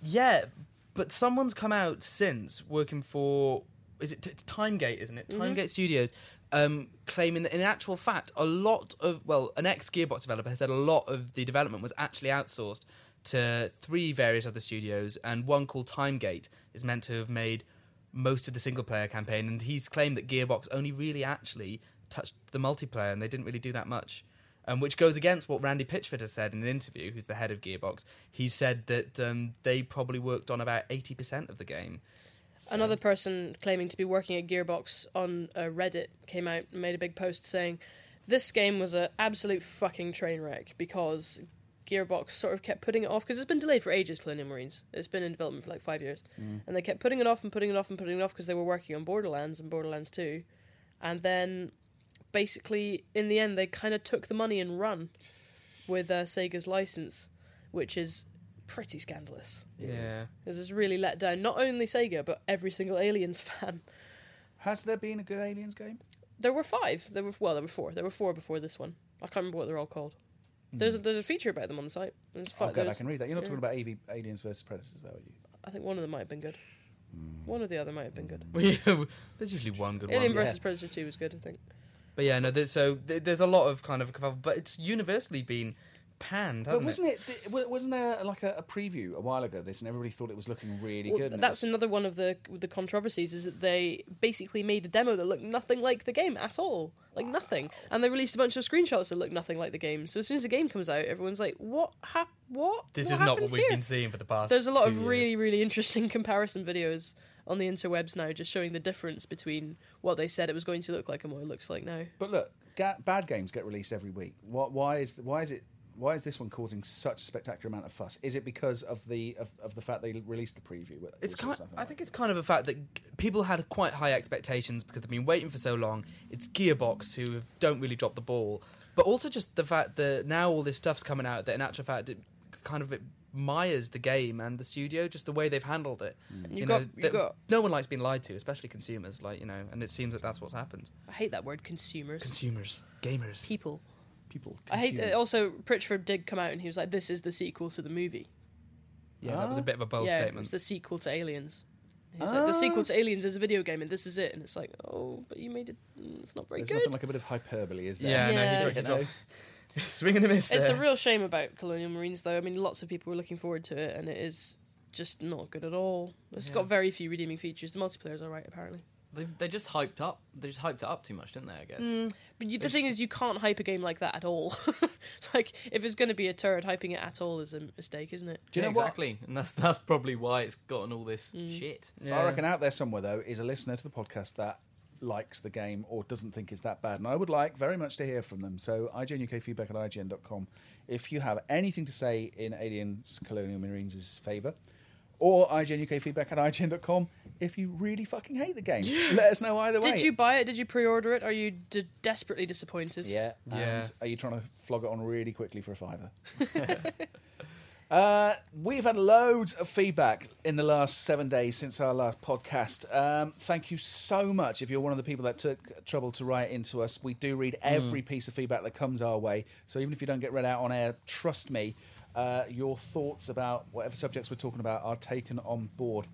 yeah, but someone's come out since working for is it t- it's Timegate, isn't it? Timegate Studios, um, claiming that in actual fact, a lot of well, an ex Gearbox developer has said a lot of the development was actually outsourced to three various other studios, and one called Timegate is meant to have made most of the single player campaign, and he's claimed that Gearbox only really actually touched the multiplayer, and they didn't really do that much um, which goes against what Randy Pitchford has said in an interview, who's the head of Gearbox. He said that um, they probably worked on about 80% of the game.
Another person claiming to be working at Gearbox on uh, Reddit came out and made a big post saying, "This game was an absolute fucking train wreck because Gearbox sort of kept putting it off because it's been delayed for ages. Colonial Marines, it's been in development for like five years, and they kept putting it off and putting it off and putting it off because they were working on Borderlands and Borderlands Two, and then basically in the end they kind of took the money and run with uh, Sega's license, which is pretty scandalous."
Yeah.
This has really let down not only Sega but every single Aliens fan.
has there been a good aliens game?
There were five. There were well, there were four. There were four before this one. I can't remember what they're all called. There's a, there's a feature about them on the site. There's
I'll
five,
go
there's-
back and read that. You're not
yeah.
talking about AV, aliens versus predators, though, are you?
I think one of them might have been good. One or the other might have been good.
There's usually one good
Alien
one.
versus Predator Two was good, I think.
But yeah, no, there's, so th- there's a lot of kind of cover, but it's universally been panned, hasn't
but wasn't it? th- wa- wasn't there like a, a preview a while ago? of This and everybody thought it was looking really
Well,
good. and it
that's
was-
another one of the the controversies is that they basically made a demo that looked nothing like the game at all, like nothing, and they released a bunch of screenshots that looked nothing like the game. So as soon as the game comes out, everyone's like, "What? Hap- what?
This
is
is not what we've been seeing for the past
There's a lot
two
of
years.
really, really interesting comparison videos on the interwebs now, just showing the difference between what they said it was going to look like and what it looks like now.
But look, ga- bad games get released every week. What, why is why is it? Why is this one causing such a spectacular amount of fuss? Is it because of the of, of the fact they released the preview? which
It's
was
kind.
something
I
like
think it's kind of a fact that g- people had quite high expectations because they've been waiting for so long. It's Gearbox who have- don't really drop the ball, but also just the fact that now all this stuff's coming out that in actual fact it kind of it mires the game and the studio just the way they've handled it.
You got- you
that
got-
no one likes being lied to, especially consumers. Like you know, and it seems that that's what's happened.
I hate that word, consumers.
Consumers, gamers,
People.
people.
I hate that.
consumers.
Also, Pritchford did come out and he was like, "This is the sequel to the movie."
yeah, that was a bit of a bold
yeah,
statement.
it's the sequel to Aliens. He's like, the sequel to Aliens is a video game, and this is it. And it's like, oh, but you made it. mm, It's not very
There's
good.
nothing like a bit of hyperbole, is there?
yeah,
Yeah.
no, he
You
dropped,
know?
he dropped. swing and a miss.
It's a
there.
real shame about Colonial Marines, though. I mean, lots of people were looking forward to it, and it is just not good at all. It's got
Yeah.
very few redeeming features. The multiplayer's all right, apparently.
They, they just hyped up. They just hyped it up too much, didn't they? I guess.
Mm. But you, the thing is, you can't hype a game like that at all. like, if it's going to be a turd, hyping it at all is a mistake, isn't it?
Do you
yeah,
know what?
exactly, and that's that's probably why it's gotten all this shit.
I reckon out there somewhere though is a listener to the podcast that likes the game or doesn't think it's that bad. And I would like very much to hear from them. So IGN UK feedback at IGN.com if you have anything to say in Aliens Colonial Marines' favour. Or IGN UK feedback at IGN.com if you really fucking hate the game. Let us know either way.
Did you buy it? Did you pre-order it? Are you d- desperately disappointed?
Yeah.
Yeah.
And are you trying to flog it on really quickly for a fiver? Uh, we've had loads of feedback in the last seven days since our last podcast. Um, thank you so much. If you're one of the people that took trouble to write into us, we do read every piece of feedback that comes our way. So even if you don't get read out on air, trust me, uh, your thoughts about whatever subjects we're talking about are taken on board.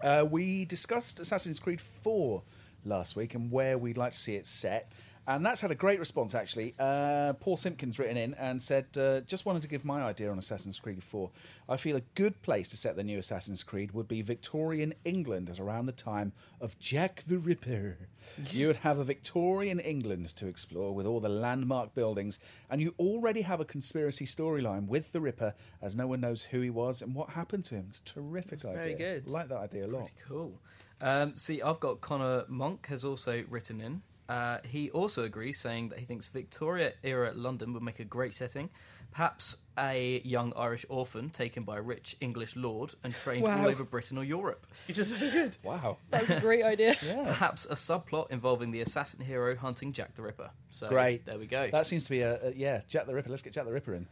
Uh, we discussed Assassin's Creed 4 last week and where we'd like to see it set. And that's had a great response, actually. Uh, Paul Simpkins written in and said, uh, Just wanted to give my idea on Assassin's Creed 4. I feel a good place to set the new Assassin's Creed would be Victorian England, as around the time of Jack the Ripper. You would have a Victorian England to explore with all the landmark buildings, and you already have a conspiracy storyline with the Ripper, as no one knows who he was and what happened to him. It's a terrific idea.
very good.
Like that idea a lot.
Cool. Um, see, I've got Connor Monk has also written in. Uh, he also agrees, saying that he thinks Victoria era London would make a great setting. Perhaps a young Irish orphan taken by a rich English lord and trained
Wow.
all over Britain or Europe.
It's just so good.
Wow.
That's a great idea.
Yeah.
Perhaps a subplot involving the assassin hero hunting Jack the Ripper. So
Great.
there we go.
That seems to be a, a yeah, Jack the Ripper. Let's get Jack the Ripper in.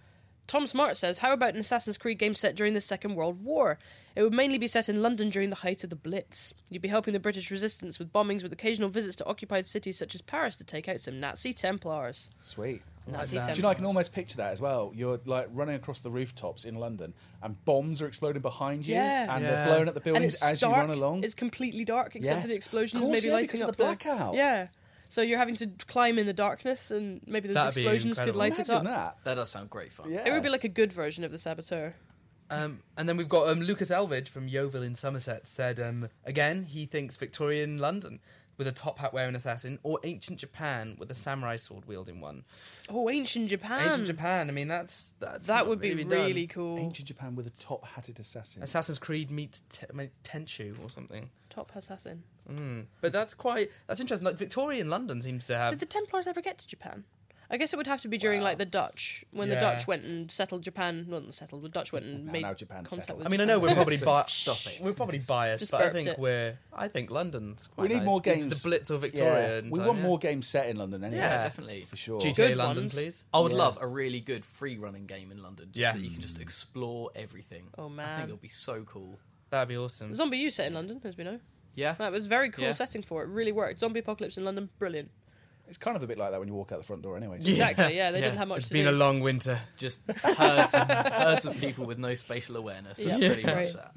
Tom Smart says, How about an Assassin's Creed game set during the Second World War? It would mainly be set in London during the height of the Blitz. You'd be helping the British resistance with bombings with occasional visits to occupied cities such as Paris to take out some Nazi Templars.
Sweet.
Mm.
Nazi
Do
Templars.
you know I can almost picture that as well? You're like running across the rooftops in London, and bombs are exploding behind you,
Yeah.
and
Yeah.
they're blowing up the
and
buildings
it's
as
dark.
you run along.
It's completely dark except for
Yes.
the explosions
Of course,
maybe
yeah,
lighting
because of
up
the blackout.
Yeah. So you're having to climb in the darkness and maybe those
That'd be
explosions could
incredible.
light it
Imagine
up.
that.
That does sound great fun.
Yeah.
It would be like a good version of the saboteur.
Um, and then we've got um, Lucas Elvidge from Yeovil in Somerset said um, again he thinks Victorian London with a top hat wearing assassin or ancient Japan with a samurai sword wielding one.
Oh, ancient Japan.
Ancient Japan. I mean that's that's
That
not
would be
really,
really,
done.
cool.
ancient Japan with a top-hatted assassin.
Assassin's Creed meets, te- meets Tenchu or something.
Top assassin.
Mm. But that's quite that's interesting. Like Victorian London seems to have.
Did the Templars ever get to Japan? I guess it would have to be during like the Dutch when the
Yeah.
Dutch went and settled Japan. Well, not settled. The Dutch went and
Now-
made
now Japan
contact
settled.
with.
I mean, I know we're probably bi-
Stop it.
We're probably biased,
Just
but I
burped
think
it.
we're. I think London's. Quite
We need
nice.
more
Either
games.
The Blitz or Victoria.
yeah.
and
We
time,
want
yeah.
more games set in London anyway.
Yeah.
Definitely.
For sure.
GTA
Good
London,
ones.
please.
I would
Yeah.
love a really good free running game in London, just
Yeah.
so you can just explore everything.
Oh,
I
man.
think it'll be so cool.
That'd be awesome.
Zombie U set in London, as we know.
Yeah,
That was very cool
Yeah.
setting for it. Really worked. Zombie apocalypse in London, brilliant.
It's kind of a bit like that when you walk out the front door anyway.
Yeah.
Exactly. Yeah, they
Yeah.
didn't have much
It's
to
been
do.
a long winter.
just herds, herds of people with no spatial awareness. That's
Yeah,
pretty
that's
much
right.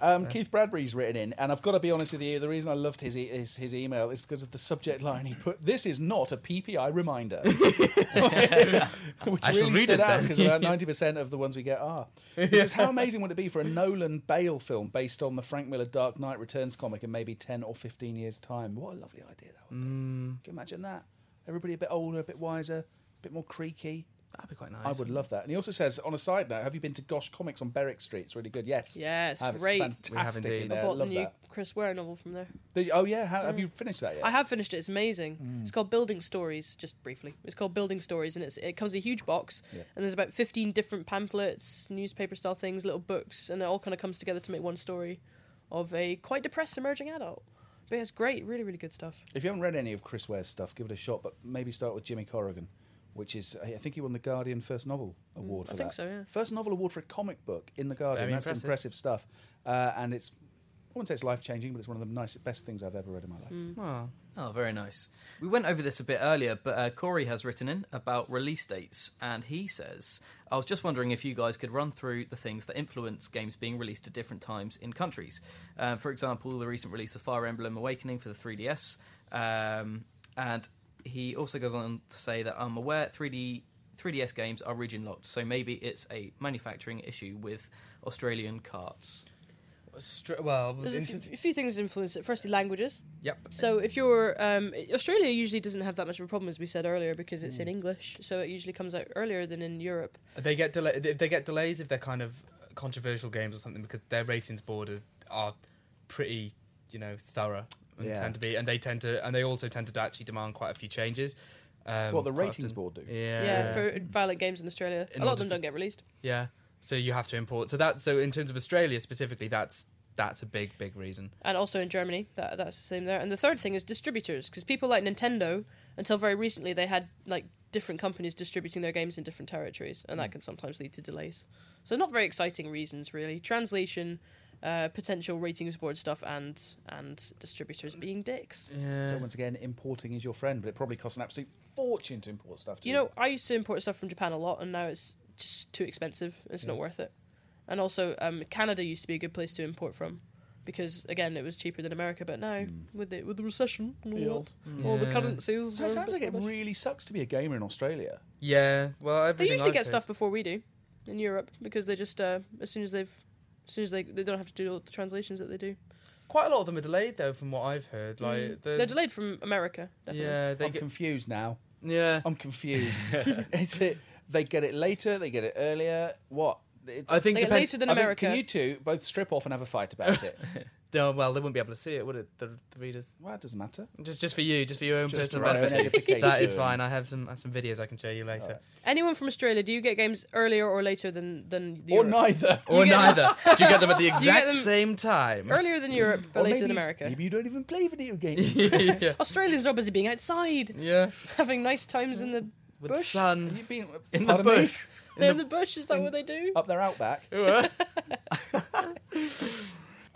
that.
Um, Keith Bradbury's written in, and I've got to be honest with you. The reason I loved his e- his, his email is because of the subject line he put. This is not a PPI reminder, which
I shall
really
read
stood
it
out
then.
because about ninety percent of the ones we get are. He says, "How amazing would it be for a Nolan Bale film based on the Frank Miller Dark Knight Returns comic in maybe ten or fifteen years' time? What a lovely idea that would be!
Mm.
Can you imagine that? Everybody a bit older, a bit wiser, a bit more creaky."
That'd be quite nice.
I would love that. And he also says, on a side note, have you been to Gosh Comics on Berwick Street? It's really good. Yes.
Yeah, it's
Have.
great. We have
It's fantastic.
indeed.
in
I
there.
bought the
Love
new
that.
Chris Ware novel from there.
Did you- oh yeah, How, have you finished that yet?
I have finished it. It's amazing.
Mm.
It's called Building Stories. Just briefly, it's called Building Stories, and it's it comes in a huge box,
Yeah.
and there's about fifteen different pamphlets, newspaper style things, little books, and it all kind of comes together to make one story of a quite depressed emerging adult. But it's great, really, really good stuff.
If you haven't read any of Chris Ware's stuff, give it a shot. But maybe start with Jimmy Corrigan, which is I think he won the Guardian First Novel Award
Mm, I
for
think
that.
so, yeah.
First novel award for a comic book in the Guardian.
Very
That's
impressive.
impressive stuff. Uh, and it's I wouldn't say it's life changing, but it's one of the nicest, best things I've ever read in my life.
Mm.
Oh.
Oh, very nice. We went over this a bit earlier, but uh, Corey has written in about release dates, and he says, I was just wondering if you guys could run through the things that influence games being released at different times in countries. Um, for example, the recent release of Fire Emblem Awakening for the 3DS. Um, and he also goes on to say that I'm aware 3D. 3DS games are region locked, so maybe it's a manufacturing issue with Australian carts.
Str- well,
There's a
into-
few, a few things that influence it. Firstly, languages.
yep.
So if you're um, Australia, usually doesn't have that much of a problem as we said earlier because
Mm.
it's in English, so it usually comes out earlier than in Europe.
They get delay. If they get delays, if they're kind of controversial games or something, because their ratings board are, are pretty, you know, thorough and
Yeah.
tend to be, and they tend to, and they also tend to actually demand quite a few changes. Um,
Well, the
quite
ratings
often.
board do.
Yeah.
yeah, for violent games in Australia,
In
a lot
order
of them
to-
don't get released.
Yeah. So you have to import. So that. So in terms of Australia specifically, that's that's a big, big reason.
and also in Germany. That, that's the same there. And the third thing is distributors, because people like Nintendo, until very recently, they had like different companies distributing their games in different territories, and that can sometimes lead to delays. So not very exciting reasons really. Translation, uh, potential ratings board stuff, and and distributors being dicks.
Yeah.
So once again, importing is your friend, but it probably costs an absolute fortune to import stuff. To
You know, I used to import stuff from Japan a lot, and now it's just too expensive. It's not worth it. And also, um, Canada used to be a good place to import from. Because again, it was cheaper than America, but now with the with the recession and all
Yeah.
that, All the
Yeah.
currencies.
So
are
it
a
sounds
bit
like it
rubbish.
really sucks to be a gamer in Australia.
yeah. Well,
They
everything.
usually
I've
get
heard-
stuff before we do in Europe because they just uh, as soon as they've as soon as they they don't have to do all the translations that they do.
Quite a lot of them are delayed though, from what I've heard. Like
Mm.
there's-
They're delayed from America. Definitely.
Yeah. They
I'm
get.
confused now.
Yeah.
I'm confused. it's it. They get it later. They get it earlier. What? It's,
I think
They get
depends-
later than
I think-
America.
can you two both strip off and have a fight about it?
No, well, they wouldn't be able to see it, would it? The, the readers.
Well, that doesn't matter.
Just, just for you, just for your own
Just
personal
for our own
benefit.
edification.
that is fine. I have some, I have some videos I can show you later,
Anyone from Australia, do you get games earlier or later than than
Or
Europe?
neither.
or
You get-
neither. Do you get them at the
you get
exact
them-
same time?
Earlier than Europe, but
Or
later
maybe,
than America.
Maybe you don't even play video games.
yeah.
Australians are busy being outside,
yeah,
having nice times in the
with the
Bush.
sun.
You've been
In the
pardon me?
bush.
they're in the bush. Is that what they do?
up their outback.
Ooh,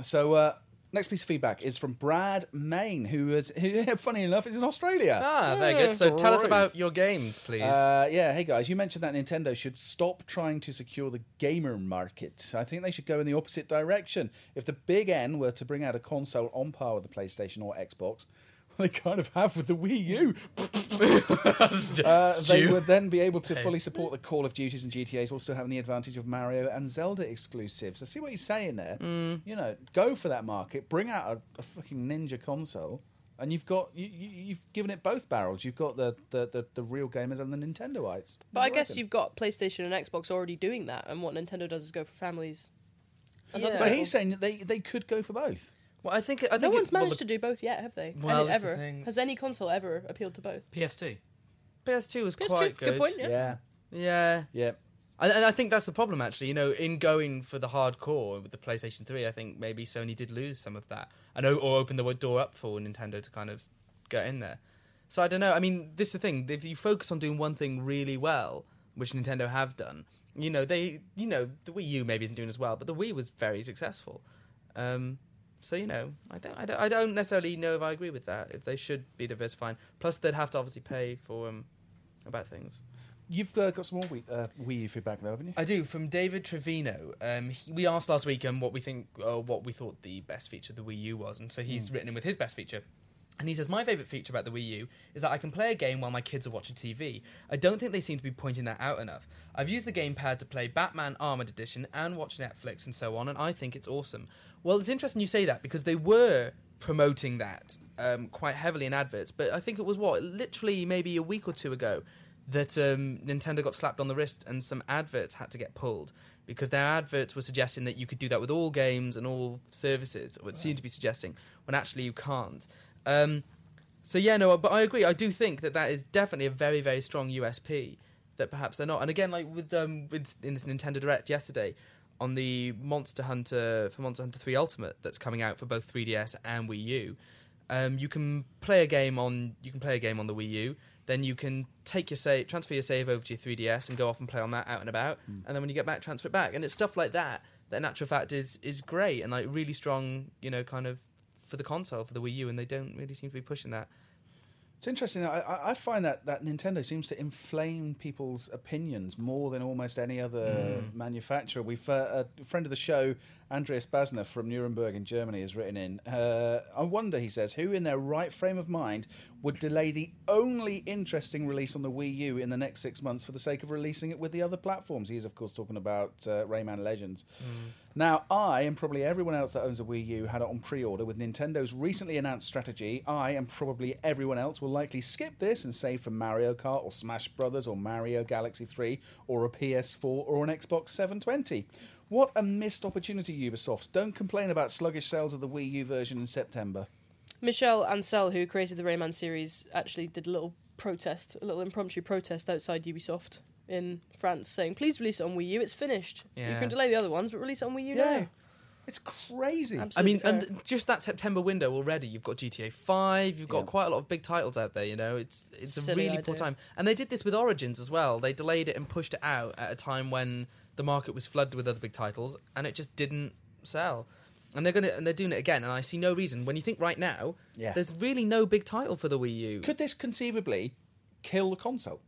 So uh, next piece of feedback is from Brad Main, who is who, funny enough is in Australia.
Oh,
ah, very good. So tell us about your games, please.
Uh, yeah, hey guys, you mentioned that Nintendo should stop trying to secure the gamer market. I think they should go in the opposite direction. If the big N were to bring out a console on par with the PlayStation or Xbox, they kind of have with the Wii U. Uh, they
Stu.
would then be able to fully support the Call of Duties and GTA's, also having the advantage of Mario and Zelda exclusives. I see what he's saying there. You know, go for that market, bring out a, a fucking ninja console, and you've got you, you, you've given it both barrels. You've got the the, the, the real gamers and the Nintendoites.
But I guess
reckon?
you've got PlayStation and Xbox already doing that, and what Nintendo does is go for families. and other
But
people.
he's saying that they they could go for both.
well, I think I think
no
it-
one's
well,
managed
the
to do both yet, have they?
Well,
Any-
that's the
ever
thing.
has any console ever appealed to both?
PS2.
PS2 was
PS2,
quite
good point, Yeah.
yeah.
Yeah,
yeah.
And, and I think that's the problem, actually. You know, in going for the hardcore with the PlayStation 3, I think maybe Sony did lose some of that. And o- or open the door up for Nintendo to kind of get in there. So I don't know. I mean, this is the thing. If you focus on doing one thing really well, which Nintendo have done, you know, they, you know, the Wii U maybe isn't doing as well, but the Wii was very successful. Um, so you know, I don't, I don't, I don't necessarily know if I agree with that. If they should be diversifying, plus they'd have to obviously pay for um, about things.
You've uh, got some more Wii, uh, Wii U feedback though, haven't you?
I do from David Trevino. Um, he, we asked last week um, what we think, uh, what we thought the best feature of the Wii U was, and so he's written in with his best feature. And he says, My favourite feature about the Wii U is that I can play a game while my kids are watching TV. I don't think they seem to be pointing that out enough. I've used the gamepad to play Batman Armoured Edition and watch Netflix and so on, and I think it's awesome. Well, it's interesting you say that because they were promoting that um, quite heavily in adverts, but I think it was what, literally maybe a week or two ago, that um, Nintendo got slapped on the wrist and some adverts had to get pulled because their adverts were suggesting that you could do that with all games and all services, or it seemed to be suggesting, when actually you can't. Um, so yeah, no, but I agree. I do think that that is definitely a very, very strong USP that perhaps they're not. And again, like with um, with in this Nintendo Direct yesterday on the Monster Hunter for Monster Hunter Three Ultimate that's coming out for both 3DS and Wii U, um, you can play a game on you can play a game on the Wii U. Then you can take your save, transfer your save over to your 3DS, and go off and play on that out and about. And then when you get back, transfer it back. And it's stuff like that that, in actual fact, is is great and like really strong. You know, kind of for the console for the Wii U, and they don't really seem to be pushing that.
It's interesting. I- I, I find that, that Nintendo seems to inflame people's opinions more than almost any other manufacturer. We've uh, a friend of the show, Andreas Basner from Nuremberg in Germany, has written in. Uh, I wonder, he says, who in their right frame of mind would delay the only interesting release on the Wii U in the next six months for the sake of releasing it with the other platforms? He is, of course, talking about uh, Rayman Legends. Now, I and probably everyone else that owns a Wii U had it on pre order with Nintendo's recently announced strategy. I and probably everyone else will likely skip this and save for Mario Kart or Smash Brothers or Mario Galaxy 3 or a PS4 or an Xbox 720. What a missed opportunity, Ubisoft. Don't complain about sluggish sales of the Wii U version in September.
Michelle Ansel, who created the Rayman series, actually did a little protest, a little impromptu protest outside Ubisoft in France, saying, "Please release it on Wii U. It's finished. You
Yeah.
can delay the other ones, but release it on Wii U now."
It's crazy.
Absolutely.
I mean,
fair.
and th- just that September window already, you've got GTA Five, you've got
Yeah.
quite a lot of big titles out there. You know, it's it's a
Silly
really poor
idea.
time, and they did this with Origins as well. They delayed it and pushed it out at a time when the market was flooded with other big titles, and it just didn't sell. And they're gonna and they're doing it again, and I see no reason. When you think right now,
Yeah.
there's really no big title for the Wii U.
Could this conceivably kill the console?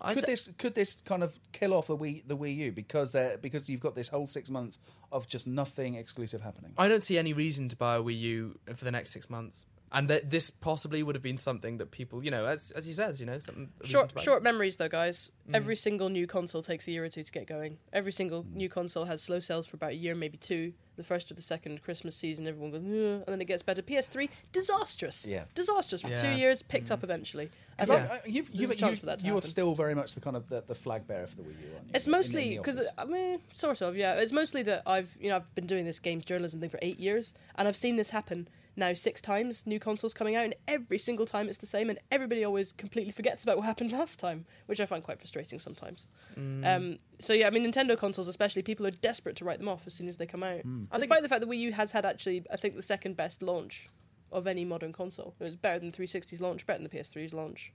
I
could
th-
this could this kind of kill off the Wii the Wii U because uh, because you've got this whole six months of just nothing exclusive happening?
I don't see any reason to buy a Wii U for the next six months. And th- this possibly would have been something that people, you know, as as he says, you know, something a reason
Short
to buy. Mm.
short memories though, guys. Every single new console takes a year or two to get going. Every single new console has slow sales for about a year, maybe two. The first or the second Christmas season, everyone goes, "Ugh," and then it gets better. PS3, disastrous.
Yeah.
disastrous for two
Yeah.
years, picked
Mm.
up eventually. And
Because I-
I-
I- you've-
There's
you've-
a chance
you-
for that to
You're
happen.
still very much the kind of the, the flag bearer for the Wii U, aren't you?
It's
In- in the
mostly because
office.
I mean, sort of, yeah. It's mostly that I've you know I've been doing this games journalism thing for eight years, and I've seen this happen now six times. New consoles coming out, and every single time it's the same, and everybody always completely forgets about what happened last time, which I find quite frustrating sometimes.
Mm.
Um, so yeah, I mean, Nintendo consoles especially, people are desperate to write them off as soon as they come out.
Mm.
I think-
Despite the fact that Wii U has had actually, I think, the second best launch of any modern console. It was better than 360's launch, better than the PS3's launch.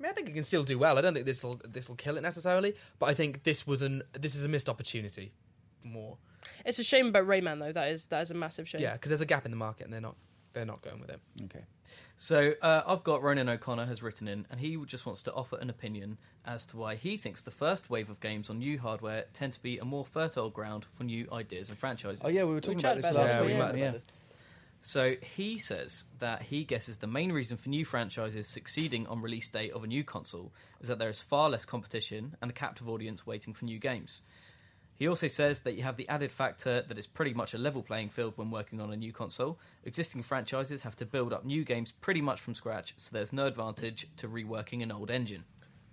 I mean, I think it can still do well. I don't think this will this will kill it necessarily, but I think this was an this is a missed opportunity. More,
It's a shame about Rayman though. That is that is a massive shame.
yeah, because there's a gap in the market, and they're not they're not going with it.
Okay.
So uh, I've got Ronan O'Connor has written in, and he just wants to offer an opinion as to why he thinks the first wave of games on new hardware tend to be a more fertile ground for new ideas and franchises.
Oh yeah, we were talking about
chatted
this
about
last
that,
week.
yeah.
weren't
we
we?
might-
So he says that he guesses the main reason for new franchises succeeding on release date of a new console is that there is far less competition and a captive audience waiting for new games. He also says that you have the added factor that it's pretty much a level playing field when working on a new console. Existing franchises have to build up new games pretty much from scratch, so there's no advantage to reworking an old engine.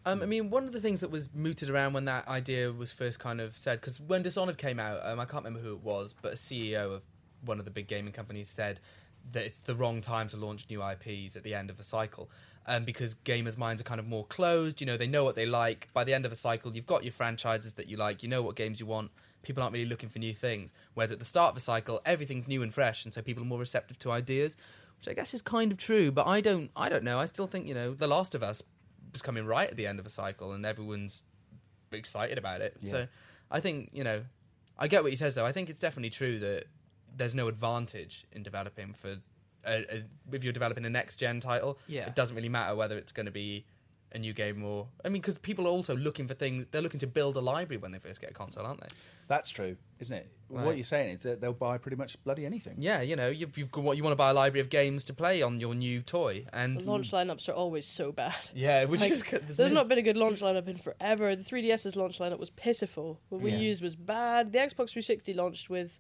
Um, I mean, one of the things that was mooted around when that idea was first kind of said, because when Dishonored came out, um, I can't remember who it was, but a CEO of one of the big gaming companies said that it's the wrong time to launch new IPs at the end of a cycle, um, because gamers' minds are kind of more closed. You know, they know what they like. By the end of a cycle, you've got your franchises that you like. You know what games you want. People aren't really looking for new things. Whereas at the start of a cycle, everything's new and fresh, and so people are more receptive to ideas, which I guess is kind of true. But I don't, I don't know. I still think you know, The Last of Us was coming right at the end of a cycle and everyone's excited about it. So I think, you know, I get what he says though. I think it's definitely true that there's no advantage in developing for a, a, if you're developing a next gen title.
Yeah.
It doesn't really matter whether it's going to be a new game or I mean cuz people are also looking for things they're looking to build a library when they first get a console, aren't they?
That's true, isn't it? What
Right.
you're saying is that they'll buy pretty much bloody anything.
Yeah, you know, you you've got what you want to buy a library of games to play on your new toy and
The launch lineups are always so bad.
yeah, which
Like,
is
There's not been a good launch lineup in forever. The 3DS's launch lineup was pitiful. The Wii
Yeah.
U's was bad. The Xbox 360 launched with,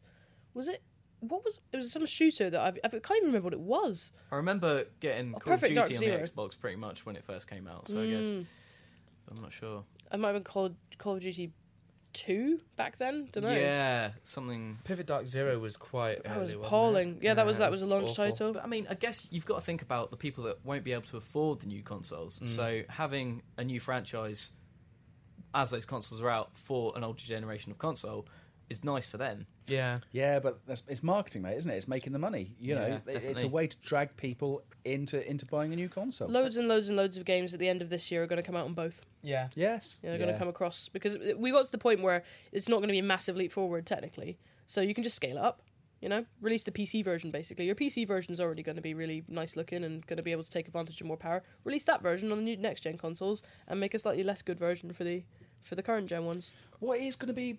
was it? What was it? Was some shooter that I've, I can't even remember what it was.
I remember getting Call of
Oh, Perfect
Duty
Dark
on
Zero. Mm.
the Xbox pretty much when it first came out, so I guess I'm not sure.
I might have been called Call of Duty Two back then. Don't know.
Yeah, something
Pivot Dark Zero was quite
That
early,
was
wasn't it?
appalling. Yeah, that was
it
that was a launch
awful.
title.
But I mean, I guess you've got to think about the people that won't be able to afford the new consoles. So having a new franchise as those consoles are out for an older generation of console is nice for them.
Yeah.
Yeah, but that's, it's marketing, mate, isn't it? It's making the money. You
Yeah,
know, It- it's a
definitely.
way to drag people into into buying a new console.
Loads and loads and loads of games at the end of this year are going to come out on both.
Yeah.
yes,
Yeah, they're going to come across because we got to the point where it's not going to be a massive leap forward technically. So you can just scale it up, you know, release the PC version basically. Your PC version is already going to be really nice looking and going to be able to take advantage of more power. Release that version on the new next gen consoles and make a slightly less good version for the for the current gen ones.
What is going to be?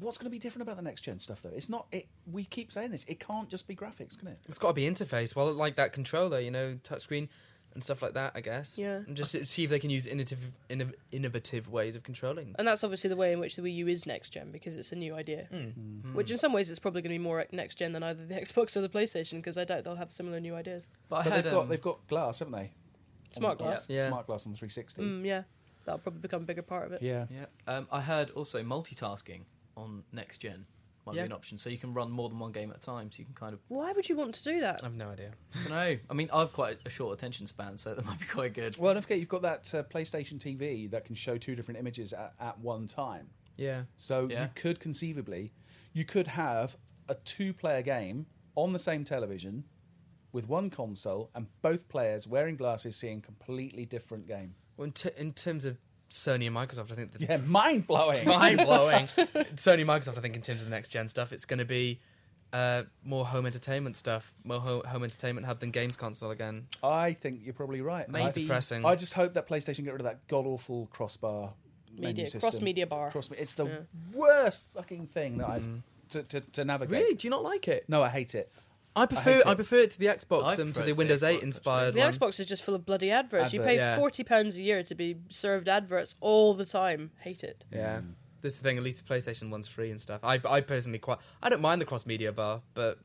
What's going to be different about the next gen stuff though? It's not. It. We keep saying this. It can't just be graphics, can it?
It's got to be interface. Well, like that controller, you know, touchscreen and stuff like that, I guess.
Yeah.
And just see if they can use innovative, inno- innovative ways of controlling.
And that's obviously the way in which the Wii U is next gen because it's a new idea.
Mm.
Which in some ways it's probably going to be more e, next gen than either the Xbox or the PlayStation because I doubt they'll have similar new ideas.
But I
But
had
they've got
um,
they've got glass, haven't they?
Smart
On the-
glass.
Yeah.
Smart glass on the 360.
Mm, yeah. That'll probably become a bigger part of it.
Yeah.
yeah, um, I heard also multitasking on next gen might
Yeah.
be an option, so you can run more than one game at a time. So you can kind of
Why would you want to do that?
I have no idea.
I don't know. I mean, I've quite a short attention span, so that might be quite good.
Well, don't forget you've got that uh, PlayStation TV that can show two different images at, at one time.
Yeah.
So
Yeah.
you could conceivably, you could have a two-player game on the same television with one console and both players wearing glasses seeing completely different game.
Well, in, t- in terms of Sony and Microsoft, I think the
Yeah, mind blowing.
mind blowing. Sony and Microsoft, I think, in terms of the next gen stuff, it's going to be uh, more home entertainment stuff, more ho- home entertainment hub than games console again.
I think you're probably right.
Maybe-
I-
Depressing.
I just hope that PlayStation get rid of that god awful crossbar menu
Media
system.
cross media bar.
Cross- it's the
Yeah.
Mm-hmm.
worst fucking thing that I've to, to, to navigate.
really? Do you not like it?
No, I hate it.
I prefer
it.
I, prefer it to the Xbox
I
and
prefer
to
it
the
to the
Windows
Xbox,
8
actually.
inspired
The
one.
Xbox is just full of bloody adverts. You pay
Adverts.
Yeah.
forty pounds a year to be served adverts all the time. Hate it.
Yeah.
Mm.
This is the thing. At least the PlayStation One's free and stuff. I I personally quite I don't mind the cross media bar, but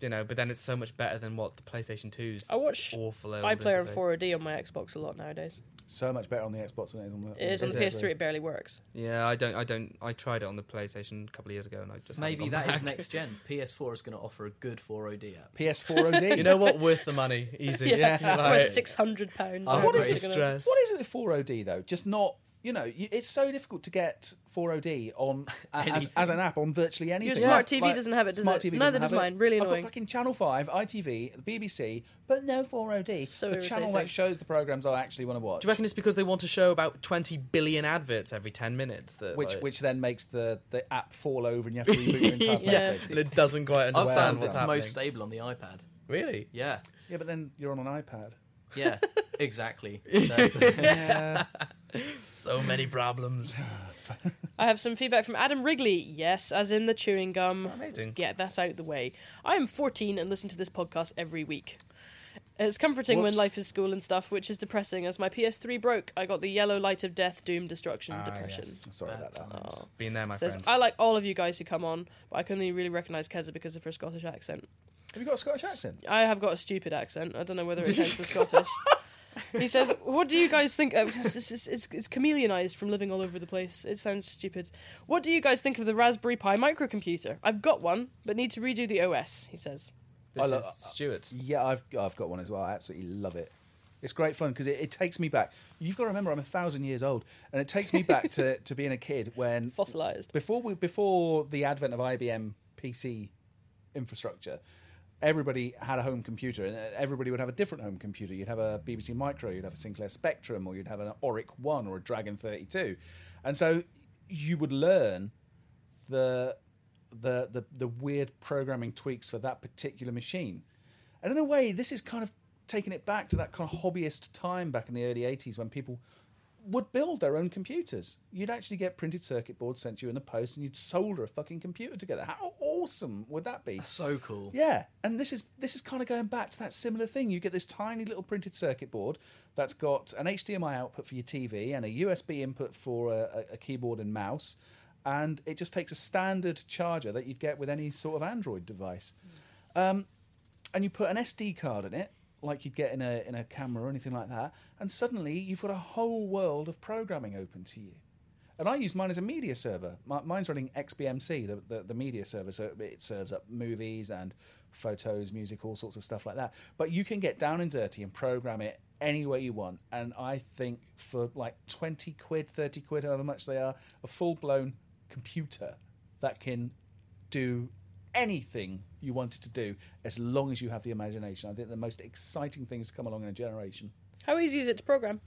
you know, but then it's so much better than what the PlayStation 2's
I watch
awful. old
iPlayer and
interface.
4OD on my Xbox a lot nowadays.
So much better on the Xbox than it is on the,
It is on the
Is it?
PS3. It barely works.
Yeah, I don't. I don't. I tried it on the PlayStation a couple of years ago, and I just
Maybe
that
that is next gen. PS4 is going to offer a good 4OD app.
PS4 OD.
You know what? Worth the money, easy.
Yeah, it's
Like-
worth six hundred pounds.
Oh,
I'm
what is
just
it?
gonna-
Stress.
What is it with 4OD though? Just not, you know, you- it's so difficult to get 4OD on as,
Anything.
as an app on virtually anything.
smart TV doesn't have it, does
smart
it?
TV
Neither
doesn't
does
have it.
mine. Really
I've
annoying.
got fucking Channel Five, ITV, the BBC, but no 4OD.
So
the channel that
irritating.
shows the programs I actually want to watch.
Do you reckon it's because they want to show about twenty billion adverts every ten minutes? That
which
like-
which then makes the, the app fall over and you have to reboot your entire
Yeah.
PlayStation.
and it doesn't quite
I
understand
found
what's
it's
happening.
most stable on the iPad.
Really?
Yeah,
Yeah, but then you're on an iPad.
yeah, exactly. That's-
Yeah.
So many problems.
Ah,
I have some feedback from Adam Wrigley. Yes, as in the chewing gum.
Amazing.
Let's get that out the way. I am 14 and listen to this podcast every week. It's comforting when
Whoops.
life is school and stuff, which is depressing. As my PS3 broke, I got the yellow light of death, doom, destruction,
Ah,
depression.
yes.
Sorry about that.
Oh.
Been there, my
Says,
friend.
I like all of you guys who come on, but I can only really recognise Keza because of her Scottish accent.
Have you got a Scottish accent?
I have got a stupid accent. I don't know whether it counts as Scottish. He says, "What do you guys think?" Of, it's, it's, it's, it's chameleonized from living all over the place. It sounds stupid. What do you guys think of the Raspberry Pi microcomputer? I've got one, but need to redo the OS. He says,
This
I lo-
is Stuart.
Yeah, I've I've got one as well. I absolutely love it. It's great fun because it, it takes me back. You've got to remember, I'm a thousand years old, and it takes me back to, to being a kid when
"Fossilized."
before we before the advent of IBM PC infrastructure, everybody had a home computer, and uh, everybody would have a different home computer. You'd have a BBC Micro, you'd have a Sinclair Spectrum, or you'd have an Oric One or a Dragon Thirty Two, and so you would learn the the the the weird programming tweaks for that particular machine. And in a way, this is kind of taking it back to that kind of hobbyist time back in the early 80s when people would build their own computers. You'd actually get printed circuit boards sent to you in the post and you'd solder a fucking computer together. How awesome would that be?
so cool.
Yeah, and this is this is kind of going back to that similar thing. You get this tiny little printed circuit board that's got an HDMI output for your TV and a USB input for a, a, a keyboard and mouse, and it just takes a standard charger that you'd get with any sort of Android device, um, and you put an SD card in it, like you'd get in a in a camera or anything like that, and suddenly you've got a whole world of programming open to you. And I use mine as a media server. Mi- Mine's running XBMC, the, the, the media server, so it serves up movies and photos, music, all sorts of stuff like that. But you can get down and dirty and program it any way you want. And I think for like 20 quid, 30 quid, however much they are, a full blown computer that can do anything you want it to do as long as you have the imagination. I think the most exciting things to come along in a generation.
How easy is it to program?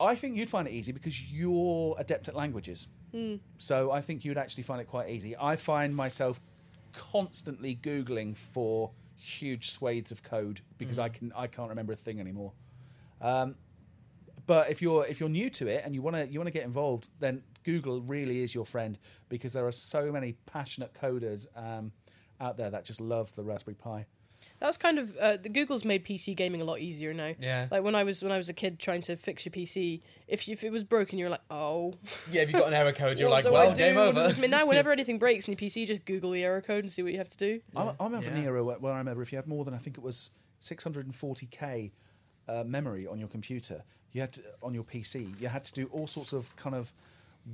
I think you'd find it easy because you're adept at languages. So I think you'd actually find it quite easy. I find myself constantly googling for huge swathes of code because I can I can't remember a thing anymore. Um, but if you're if you're new to it and you want to you want to get involved, then Google really is your friend because there are so many passionate coders um, out there that just love the Raspberry Pi.
That's kind of uh, the Google's made PC gaming a lot easier now.
Yeah.
Like when I was when I was a kid trying to fix your PC, if you, if it was broken, you were like, "Oh,
Yeah, if you've got an error code, you're
what
like,
do
well,
I do?
game
What does
over.
this mean? now, whenever anything breaks in your PC, just Google the error code and see what you have to do.
I'm, I'm of an
Yeah.
era where, where I remember if you had more than I think it was 640k uh, memory on your computer, you had to, on your PC, you had to do all sorts of kind of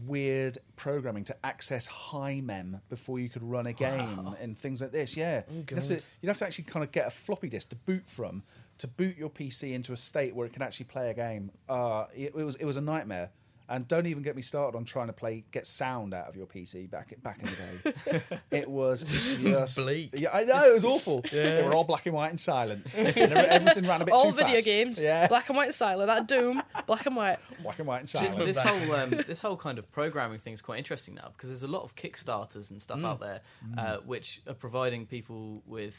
weird programming to access high mem before you could run a game and things like this. Yeah, you'd have, to,
God.
you'd have to actually kind of get a floppy disk to boot from to boot your PC into a state where it can actually play a game. Uh, it, it was it was a nightmare. And don't even get me started on trying to play get sound out of your PC back back in the day. it was just
bleak.
yeah, I know it was awful. They were all black and white and silent. And every- everything ran a bit
All
too
video
fast.
games,
Yeah,
black and white silent. That Doom, black and white.
black and white and
Th-
silent.
this whole um, this whole kind of programming thing is quite interesting now because there's a lot of Kickstarters and stuff out there uh, which are providing people with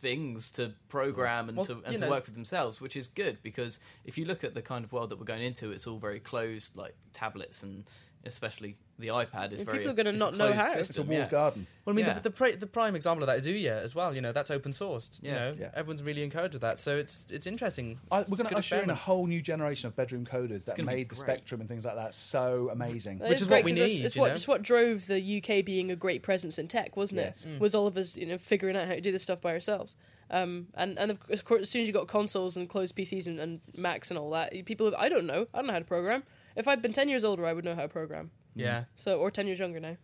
things to program and
Well,
to, and
you
to
know-
work for themselves, which is good because if you look at the kind of world that we're going into, it's all very closed, like tablets and especially the iPad, is
Well,
very.
people are gonna
it's a
not know
closed
how.
system,
It's
It's a walled
yeah.
garden.
Well, I mean,
Yeah.
the, the, pri- the prime example of that is Ouya as well. You know, that's open sourced. You
Yeah.
know,
Yeah.
everyone's really encouraged with that. So it's it's interesting.
I,
It's
we're
a
going
good
to usher in a
experiment.
whole new generation of bedroom coders that
gonna be
made the
great.
spectrum and things like that so amazing.
That
Which is
great
what we
'cause that's-
need,
It's
you
what,
know?
it's what drove the UK being a great presence in tech, wasn't
Yes.
it?
Mm.
Was all of us, you know, figuring out how to do this stuff by ourselves. Um, and and of course, of course, as soon as you got consoles and closed PCs and, and Macs and all that, you- people, have, I don't know, I don't know how to program. If I'd been ten years older, I would know how to program.
Yeah.
So, or ten years younger now.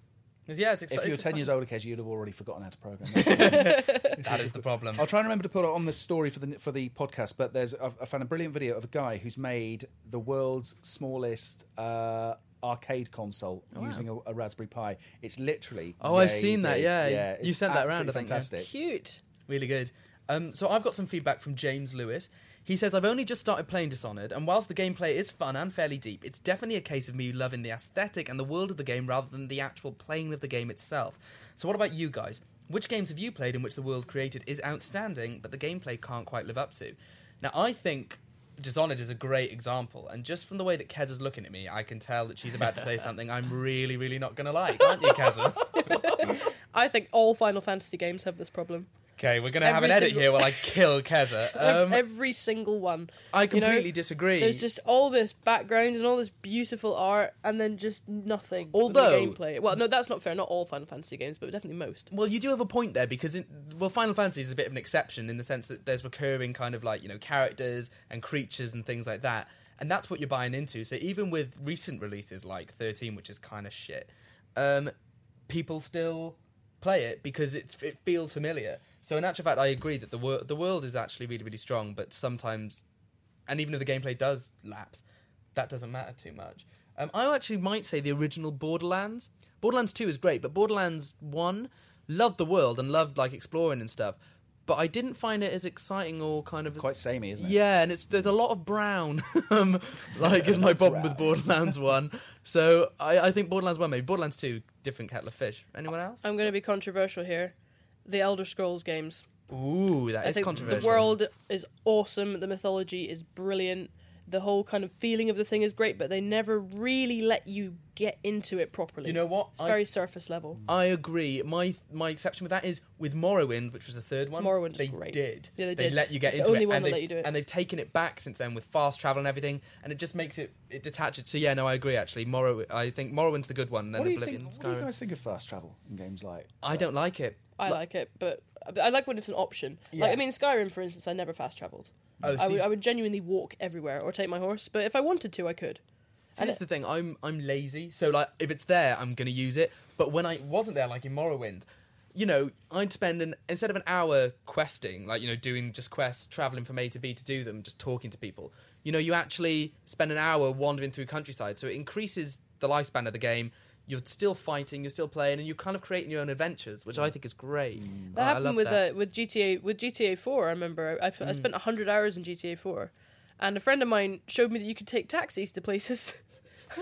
'Cause, Yeah, it's
if
exci-
you were
it's
10
exciting.
years older, Kes, you'd have already forgotten how to program.
That is the problem.
I'll try and remember to put it on the story for the for the podcast. But there's I've, I found a brilliant video of a guy who's made the world's smallest uh, arcade console using a, a Raspberry Pi. It's literally
Oh, I've
yay
seen that,
big.
yeah.
it's
You sent that round,
absolutely
I think, yeah.
Fantastic.
Cute.
Really good. Um, so I've got some feedback from James Lewis. He says, I've only just started playing Dishonored, and whilst the gameplay is fun and fairly deep, it's definitely a case of me loving the aesthetic and the world of the game rather than the actual playing of the game itself. So, what about you guys? Which games have you played in which the world created is outstanding, but the gameplay can't quite live up to? Now, I think Dishonored is a great example, and just from the way that Kez is looking at me, I can tell that she's about to say something I'm really, really not going to like, aren't you, Kez?
I think all Final Fantasy games have this problem.
Okay, we're going to have
Every
an edit
single-
here while I kill Keza.
Ev-
Um,
Every single one.
I
You know,
completely disagree.
There's just all this background and all this beautiful art, and then just nothing. from the
Although-
gameplay. Well, no, that's not fair. Not all Final Fantasy games, but definitely most.
well, you do have a point there because, in, well, Final Fantasy is a bit of an exception in the sense that there's recurring kind of like you know characters and creatures and things like that, and that's what you're buying into. So even with recent releases like 13, which is kind of shit, um, people still play it because it's it feels familiar. So in actual fact, I agree that the wor- the world is actually really really strong, but sometimes and even if the gameplay does lapse, that doesn't matter too much. Um, I actually might say the original Borderlands. Borderlands 2 is great, but Borderlands 1 loved the world and loved like exploring and stuff, but I didn't find it as exciting or kind of
Quite samey, isn't it?
yeah, and it's there's a lot of brown, um, like is my problem with Borderlands One. So I, I think Borderlands One, maybe Borderlands Two, different kettle of fish. Anyone else?
I'm going to be controversial here. The Elder Scrolls games.
Ooh, that
I
is
think
controversial.
the world is awesome. The mythology is brilliant. The whole kind of feeling of the thing is great, but they never really let you get into it properly.
You know what?
It's
I-
very surface level.
I agree. My my exception with that is with Morrowind, which was the third one.
Morrowind is
they
great.
did.
Yeah, they did.
let you get
It's the
into
only
it,
one
and
that
they've,
let you do it.
and they've taken it back since then with fast travel and everything, and it just makes it it detaches. So yeah, no, I agree. Actually, Morrow, I think Morrowind's the good one. And then
What do you
Oblivion,
think? What do you
Skyrim.
guys think of fast travel in games like?
I don't like it.
I
Li-
like it, but but I like when it's an option.
Yeah.
Like I mean, Skyrim, for instance, I never fast traveled.
Oh,
I
see-
would I would genuinely walk everywhere or take my horse, but if I wanted to, I could.
See, that's the thing. I'm I'm lazy, so like if it's there, I'm gonna use it. But when I wasn't there, like in Morrowind, you know, I'd spend an instead of an hour questing, like you know, doing just quests, traveling from A to B to do them, just talking to people. You know, you actually spend an hour wandering through countryside, so it increases the lifespan of the game. You're still fighting, you're still playing, and you're kind of creating your own adventures, which I think is great.
Mm.
Ah,
That
Oh,
I- I
happened
love
with
that.
Uh, with GTA with GTA Four. I remember I, I,
Mm.
I spent hundred hours in GTA Four, and a friend of mine showed me that you could take taxis to places.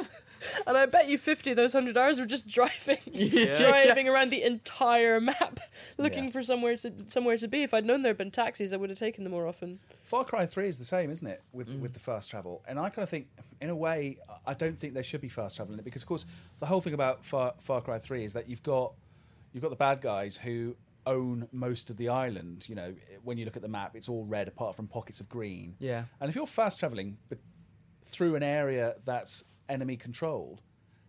and I bet you fifty of those hundred hours were just driving, driving around the entire map, looking
Yeah.
for somewhere to somewhere to be. If I'd known there had been taxis, I would have taken them more often.
Far Cry Three is the same, isn't it? With with the fast travel, and I kind of think, in a way, I don't think there should be fast travel in it because, of course, the whole thing about Far, Far Cry Three is that you've got you've got the bad guys who own most of the island. You know, when you look at the map, it's all red apart from pockets of green.
Yeah.
and if you're fast traveling but through an area that's enemy controlled,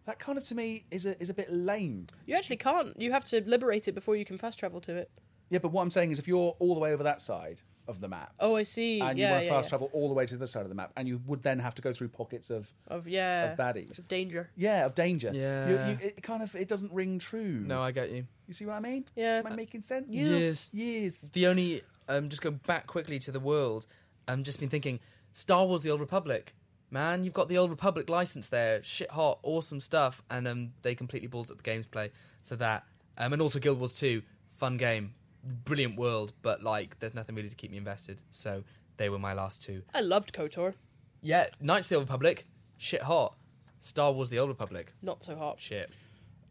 that kind of to me is a is a bit lame.
You actually can't. You have to liberate it before you can fast travel to it.
Yeah, but what I'm saying is, if you're all the way over that side of the map,
Oh, I see.
and
yeah,
you want to
yeah,
fast
yeah.
travel all the way to the other side of the map, and you would then have to go through pockets of
of yeah
of baddies.
of danger.
yeah of danger.
Yeah.
you, you, it kind of it doesn't ring true.
No, I get you.
you see what I mean?
Yeah.
am I making sense?
Yes.
yes.
the only um, just go back quickly to the world. I'm just been thinking, Star Wars: The Old Republic. Man, you've got the Old Republic license there. Shit hot, awesome stuff, and um, they completely balls at the games play. So that, um, and also Guild Wars 2, fun game, brilliant world, but like, there's nothing really to keep me invested. So they were my last two.
I loved Kotor.
Yeah, Knights of the Old Republic, shit hot. Star Wars: The Old Republic,
Not so hot.
shit.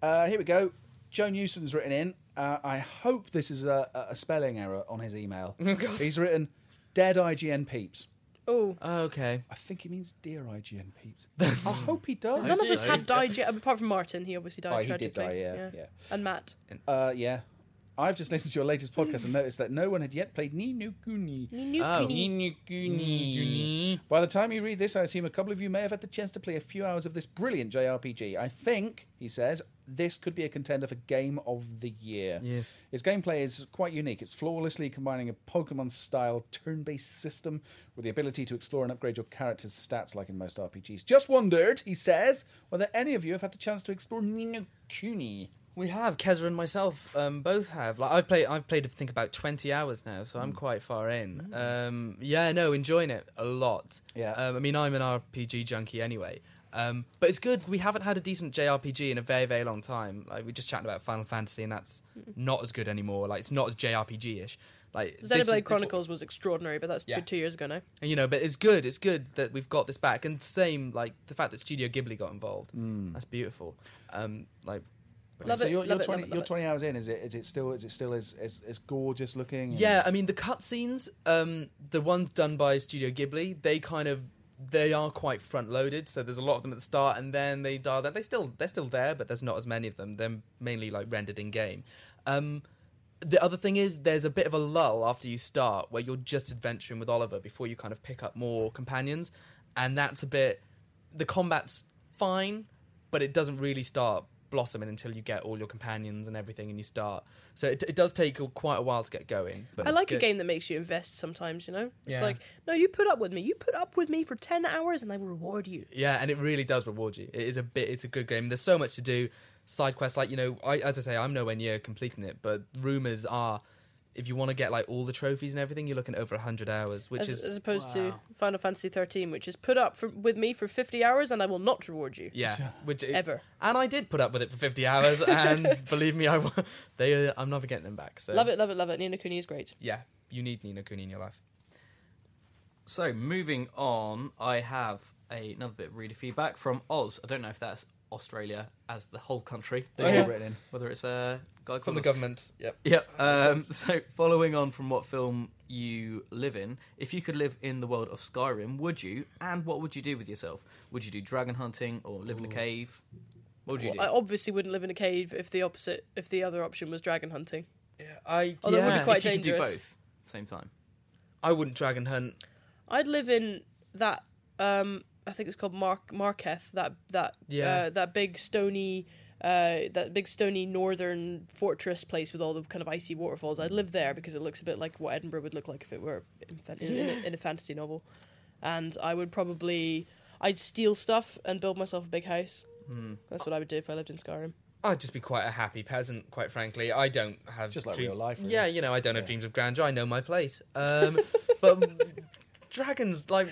Uh, here we go. Joe Newson's written in. Uh, I hope this is a, a spelling error on his email. He's written dead IGN peeps.
Oh,
Okay.
I think he means dear IGN peeps. I hope he does.
none of us
see.
have died yet, apart from Martin. He obviously died
Oh, he
tragically.
did die, yeah, yeah.
And Matt.
Uh, yeah. I've just listened to your latest podcast and noticed that no one had yet played Ni no Kuni.
Oh.
Ni no Kuni. By the time you read this, I assume a couple of you may have had the chance to play a few hours of this brilliant JRPG. I think, he says, this could be a contender for Game of the Year.
Yes.
Its gameplay is quite unique. It's flawlessly combining a Pokemon style turn based system with the ability to explore and upgrade your character's stats like in most RPGs. Just wondered, he says, whether any of you have had the chance to explore Nino Kuni.
We have Keza and myself um, both have. Like I've played, I've played I think about twenty hours now, so I'm quite far in. Um, yeah, no, enjoying it a lot.
Yeah.
Um, I mean, I'm an RPG junkie anyway, um, but it's good. We haven't had a decent JRPG in a very, very long time. Like we just chatted about Final Fantasy, and that's not as good anymore. Like it's not as JRPG ish. Like this is- this is
Xenoblade
what-
Chronicles was extraordinary, but that's
Yeah.
good two years ago now.
and, you know, but it's good. It's good that we've got this back, and same like the fact that Studio Ghibli got involved. That's beautiful. Um, like
Love
so
it,
you're,
love
you're
it,
20,
love it, love
you're
it.
20 hours in. Is it? Is it still? Is it still as as, as gorgeous looking? and-
Yeah, I mean the cutscenes, um, the ones done by Studio Ghibli, they kind of they are quite front loaded. So there's a lot of them at the start, and then they dial that. They still they're still there, but there's not as many of them. They're mainly like rendered in game. Um, the other thing is there's a bit of a lull after you start where you're just adventuring with Oliver before you kind of pick up more companions, and that's a bit. The combat's fine, but it doesn't really start blossoming until you get all your companions and everything and you start so it, it does take quite a while to get going but
I
it's
like a
good.
game that makes you invest sometimes, you know? It's
Yeah.
like, no, you put up with me. You put up with me for 10 hours and I will reward you.
Yeah, and it really does reward you. It is a bit. It's a good game. There's so much to do. Side quests, like you know, I, as I say, I'm nowhere near completing it, but rumors are, if you want to get like all the trophies and everything, you're looking at over hundred hours, which
As,
is
as opposed to Final Fantasy 13, which is put up for, with me for 50 hours and I will not reward you.
yeah, which
Ever.
And I did put up with it for 50 hours, and believe me, I wa- they I'm never getting them back. So
Love it, love it, love it. Nina Kuni is great.
Yeah, you need Nino Kuni in your life.
So moving on, I have a, another bit of reader feedback from Oz. I don't know if that's Australia as the whole country,
They've all written in.
whether it's a guy
Oh, From
called
the government. Yep.
Yep. Um, so, following on from what film you live in, if you could live in the world of Skyrim, would you? And what would you do with yourself? Would you do dragon hunting or live in a cave? What would you do?
I obviously wouldn't live in a cave if the opposite, if the other option was dragon hunting.
I
Although it would be
yeah,
quite
if you could do
dangerous.
both at the same time.
I wouldn't dragon hunt.
I'd live in that. Um, I think it's called Mark Marketh. That that
Yeah.
uh, that big stony. Uh, that big stony northern fortress place with all the kind of icy waterfalls. I'd live there because it looks a bit like what Edinburgh would look like if it were in, fan- in, in, a, in a fantasy novel. And I would probably I'd steal stuff and build myself a big house.
Hmm.
That's what I would do if I lived in Skyrim.
I'd just be quite a happy peasant, quite frankly. I don't have
Just like
dream-
real life, really.
Yeah, you know, I don't have dreams of grandeur. I know my place. Um, but dragons, like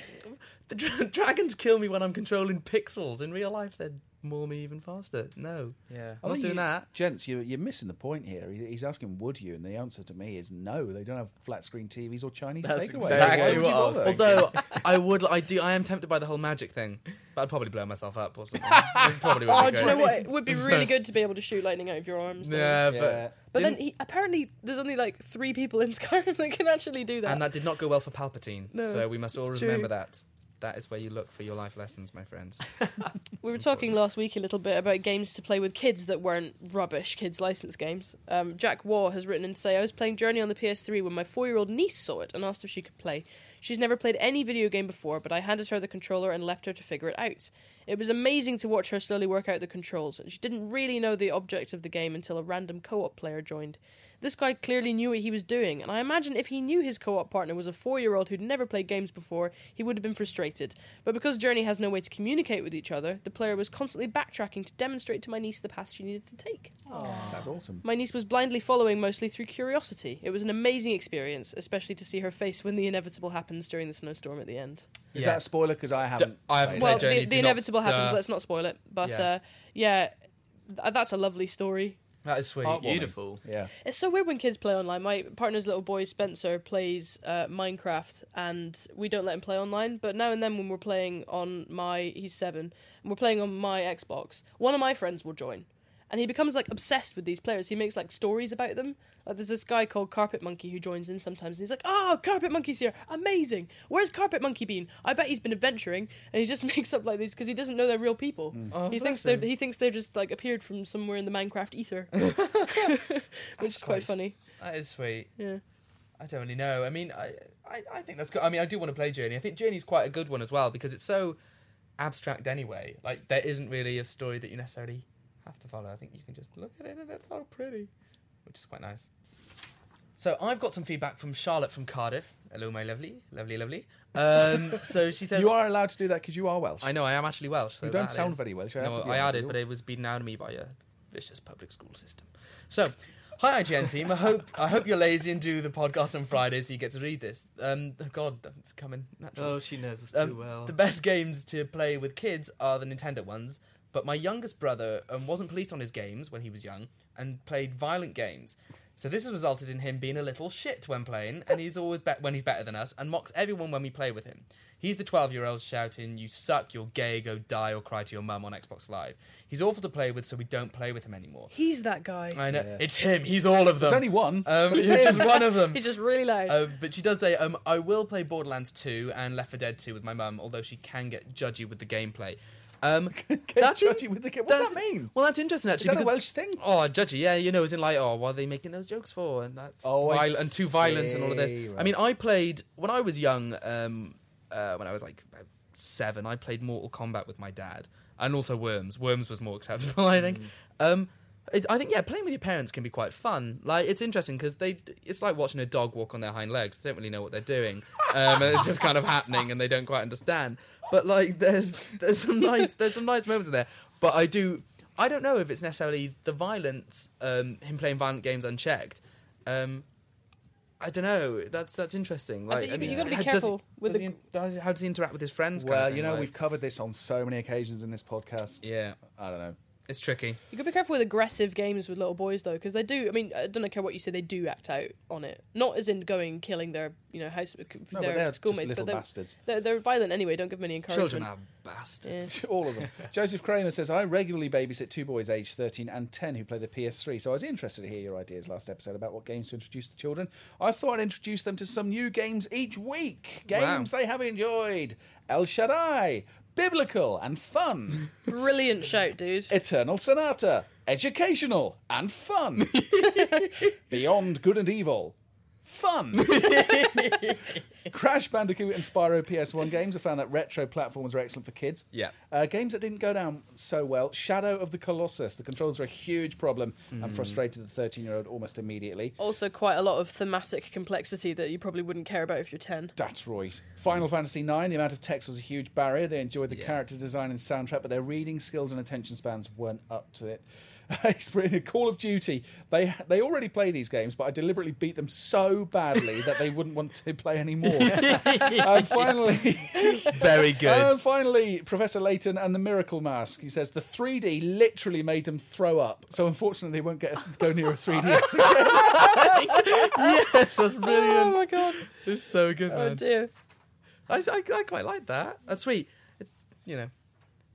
the dra- dragons, kill me when I'm controlling pixels. In real life, they'd maul me even faster. No,
Yeah.
I'm not
think
doing
you-
that.
gents. You, you're missing the point here. He- He's asking, "Would you?" And the answer to me is no. They don't have flat screen TVs or Chinese
That's
takeaway.
exactly
Why would you
what I was
bother?
thinking.
Although I would, I do, I am tempted by the whole magic thing. But I'd probably blow myself up or something. It probably would
Oh,
be
do you
great.
know what? It would be really good to be able to shoot lightning out of your arms. though.
Yeah,
Yeah.
but
But then
didn't-
he, apparently there's only like three people in Skyrim that can actually do that.
and that did not go well for Palpatine.
No,
so we must all
it's true.
remember that. That is where you look for your life lessons, my friends.
We were talking last week a little bit about games to play with kids that weren't rubbish kids' license games. Um, Jack Waugh has written in to say, I was playing Journey on the PS3 when my four year old niece saw it and asked if she could play. She's never played any video game before, but I handed her the controller and left her to figure it out. It was amazing to watch her slowly work out the controls, and she didn't really know the object of the game until a random co op player joined. This guy clearly knew what he was doing, and I imagine if he knew his co op partner was a four year old who'd never played games before, he would have been frustrated. But because Journey has no way to communicate with each other, the player was constantly backtracking to demonstrate to my niece the path she needed to take.
That's awesome.
My niece was blindly following mostly through curiosity. It was an amazing experience, especially to see her face when the inevitable happens during the snowstorm at the end.
Is
Yeah.
that a spoiler? Because I haven't.
I
played
haven't played
it.
Well,
Journey,
the,
do
the
not
inevitable happens,
stir.
let's not spoil it. But
Yeah.
uh, yeah th- that's a lovely story.
That is sweet.
Heartwarming.
Beautiful.
Yeah.
It's so weird when kids play online. My partner's little boy Spencer plays uh, Minecraft, and we don't let him play online. But now and then, when we're playing on my, he's seven, and we're playing on my Xbox, one of my friends will join, and he becomes like obsessed with these players. He makes like stories about them. Like there's this guy called Carpet Monkey who joins in sometimes, and he's like, "Oh, Carpet Monkey's here! Amazing! Where's Carpet Monkey been? I bet he's been adventuring." And he just makes up like these because he doesn't know they're real people.
Oh,
he
bless
thinks they
him.
he thinks they're just like appeared from somewhere in the Minecraft ether, which is quite
quite-
funny.
That is sweet.
Yeah.
I don't really know. I mean, I, I, I think that's good. I mean, I do want to play Journey. I think Journey's quite a good one as well because it's so abstract anyway. Like, there isn't really a story that you necessarily have to follow. I think you can just look at it and it's so pretty, which is quite nice. So, I've got some feedback from Charlotte from Cardiff. Hello, my lovely, lovely, lovely. Um, so, she says,
You are allowed to do that because you are Welsh.
I know, I am actually Welsh. So
you don't
that
sound
is-
very Welsh. I, have
no,
to be
I
honest
added,
with
but
you.
it was beaten out of me by a vicious public school system. So, hi IGN team. I hope I hope you're lazy and do the podcast on Friday so you get to read this. Um, oh God, it's coming naturally.
Oh, she knows us too
Um,
well.
The best games to play with kids are the Nintendo ones. But my youngest brother um, wasn't pleased on his games when he was young and played violent games. So this has resulted in him being a little shit when playing, and he's always bet when he's better than us and mocks everyone when we play with him. He's the 12 year old shouting, You suck, you're gay, go die, or cry to your mum on Xbox Live. He's awful to play with, so we don't play with him anymore.
He's that guy.
I know.
Yeah.
It's him, he's all of them.
There's only one.
um, he's just one of them.
He's just really loud.
Um, but she does say, um, I will play Borderlands 2 and Left 4 Dead 2 with my mum, although she can get judgy with the gameplay. Um,
Get judgy with the kid. What does that
that's-
mean?
Well, that's interesting,
Is
actually.
that a
because-
Welsh thing?
Oh, judgy, yeah, you know, as in like, oh, what are they making those jokes for? And that's
Oh, I
violent and too violent and all of this.
see,
I mean, I played when I was young, um, uh, when I was like about seven, I played Mortal Kombat with my dad, and also Worms. Worms was more acceptable, I think. Um, it, I think yeah, playing with your parents can be quite fun. Like it's interesting because they, it's like watching a dog walk on their hind legs. They don't really know what they're doing, um, and it's just kind of happening, and they don't quite understand. But like, there's there's some nice there's some nice moments in there. But I do I don't know if it's necessarily the violence, um, him playing violent games unchecked. Um, I don't know. That's that's interesting. Like,
think you-
and-
you gotta be
how-
careful with
does
the-
he, does he- how does he interact with his friends? kind
Well,
of
you
thing,
know,
like-
we've covered this on so many occasions in this podcast.
yeah,
I don't know.
it's tricky.
You gotta be careful with aggressive games with little boys though, because they do. I mean, I don't care what you say, they do act out on it. Not as in going killing their, you know, house
No,
their
but they're just
schoolmates,
little
but they're,
bastards.
they're they're violent anyway. Don't give them any encouragement.
Children are bastards.
Yeah.
All of them. Joseph Kramer says, I regularly babysit two boys aged 13 and 10 who play the PS3, so I was interested to hear your ideas last episode about what games to introduce to children. I thought I'd introduce them to some new games each week.
Wow.
Games they have enjoyed El Shaddai, Biblical and Fun,
Brilliant shout, dude.
Eternal Sonata, Educational and Fun, Beyond Good and Evil. Fun! Crash Bandicoot and Spyro PS1 games. I found that retro platformers are excellent for kids.
Yeah.
Uh, games that didn't go down so well Shadow of the Colossus. The controls are a huge problem and frustrated the 13 year old almost immediately.
Also, quite a lot of thematic complexity that you probably wouldn't care about if you're ten.
That's right. Final Fantasy IX, the amount of text was a huge barrier. They enjoyed the
Yeah.
character design and soundtrack, but their reading skills and attention spans weren't up to it. Experience- Call of Duty, they they already play these games, but I deliberately beat them so badly that they wouldn't want to play anymore. and finally,
Very good.
Oh,
And finally, Professor Layton and the Miracle Mask. He says the 3D literally made them throw up, so unfortunately they won't get go near a 3DS. again.
yes, that's
Oh
brilliant. Um,
my god!
It's so good,
Oh
man.
dear.
I, I, I quite like that. That's sweet. It's you know.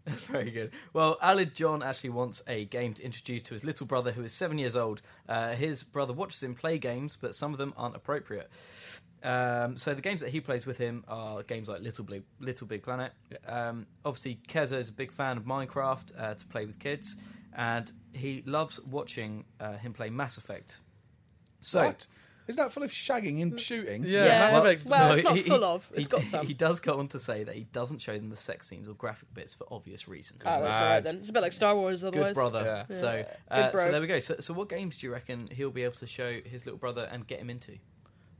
That's very good. Well, Alid John actually wants a game to introduce to his little brother who is seven years old. Uh, his brother watches him play games, but some of them aren't appropriate. Um, so the games that he plays with him are games like Little Big, little Big Planet. Um, obviously, Kezo is a big fan of Minecraft uh, to play with kids, and he loves watching uh, him play Mass Effect. So.
What? Isn't that full of shagging and shooting?
Yeah. Mass Effect's-
well,
No,
not
he-
full of. It's
he,
got some.
He does go on to say that he doesn't show them the sex scenes or graphic bits for obvious reasons.
Ah, that's alright then. It's a bit like Star Wars,
Good
otherwise.
brother.
Yeah.
So,
Yeah.
uh,
Good bro.
so there we go. So, so what games do you reckon he'll be able to show his little brother and get him into?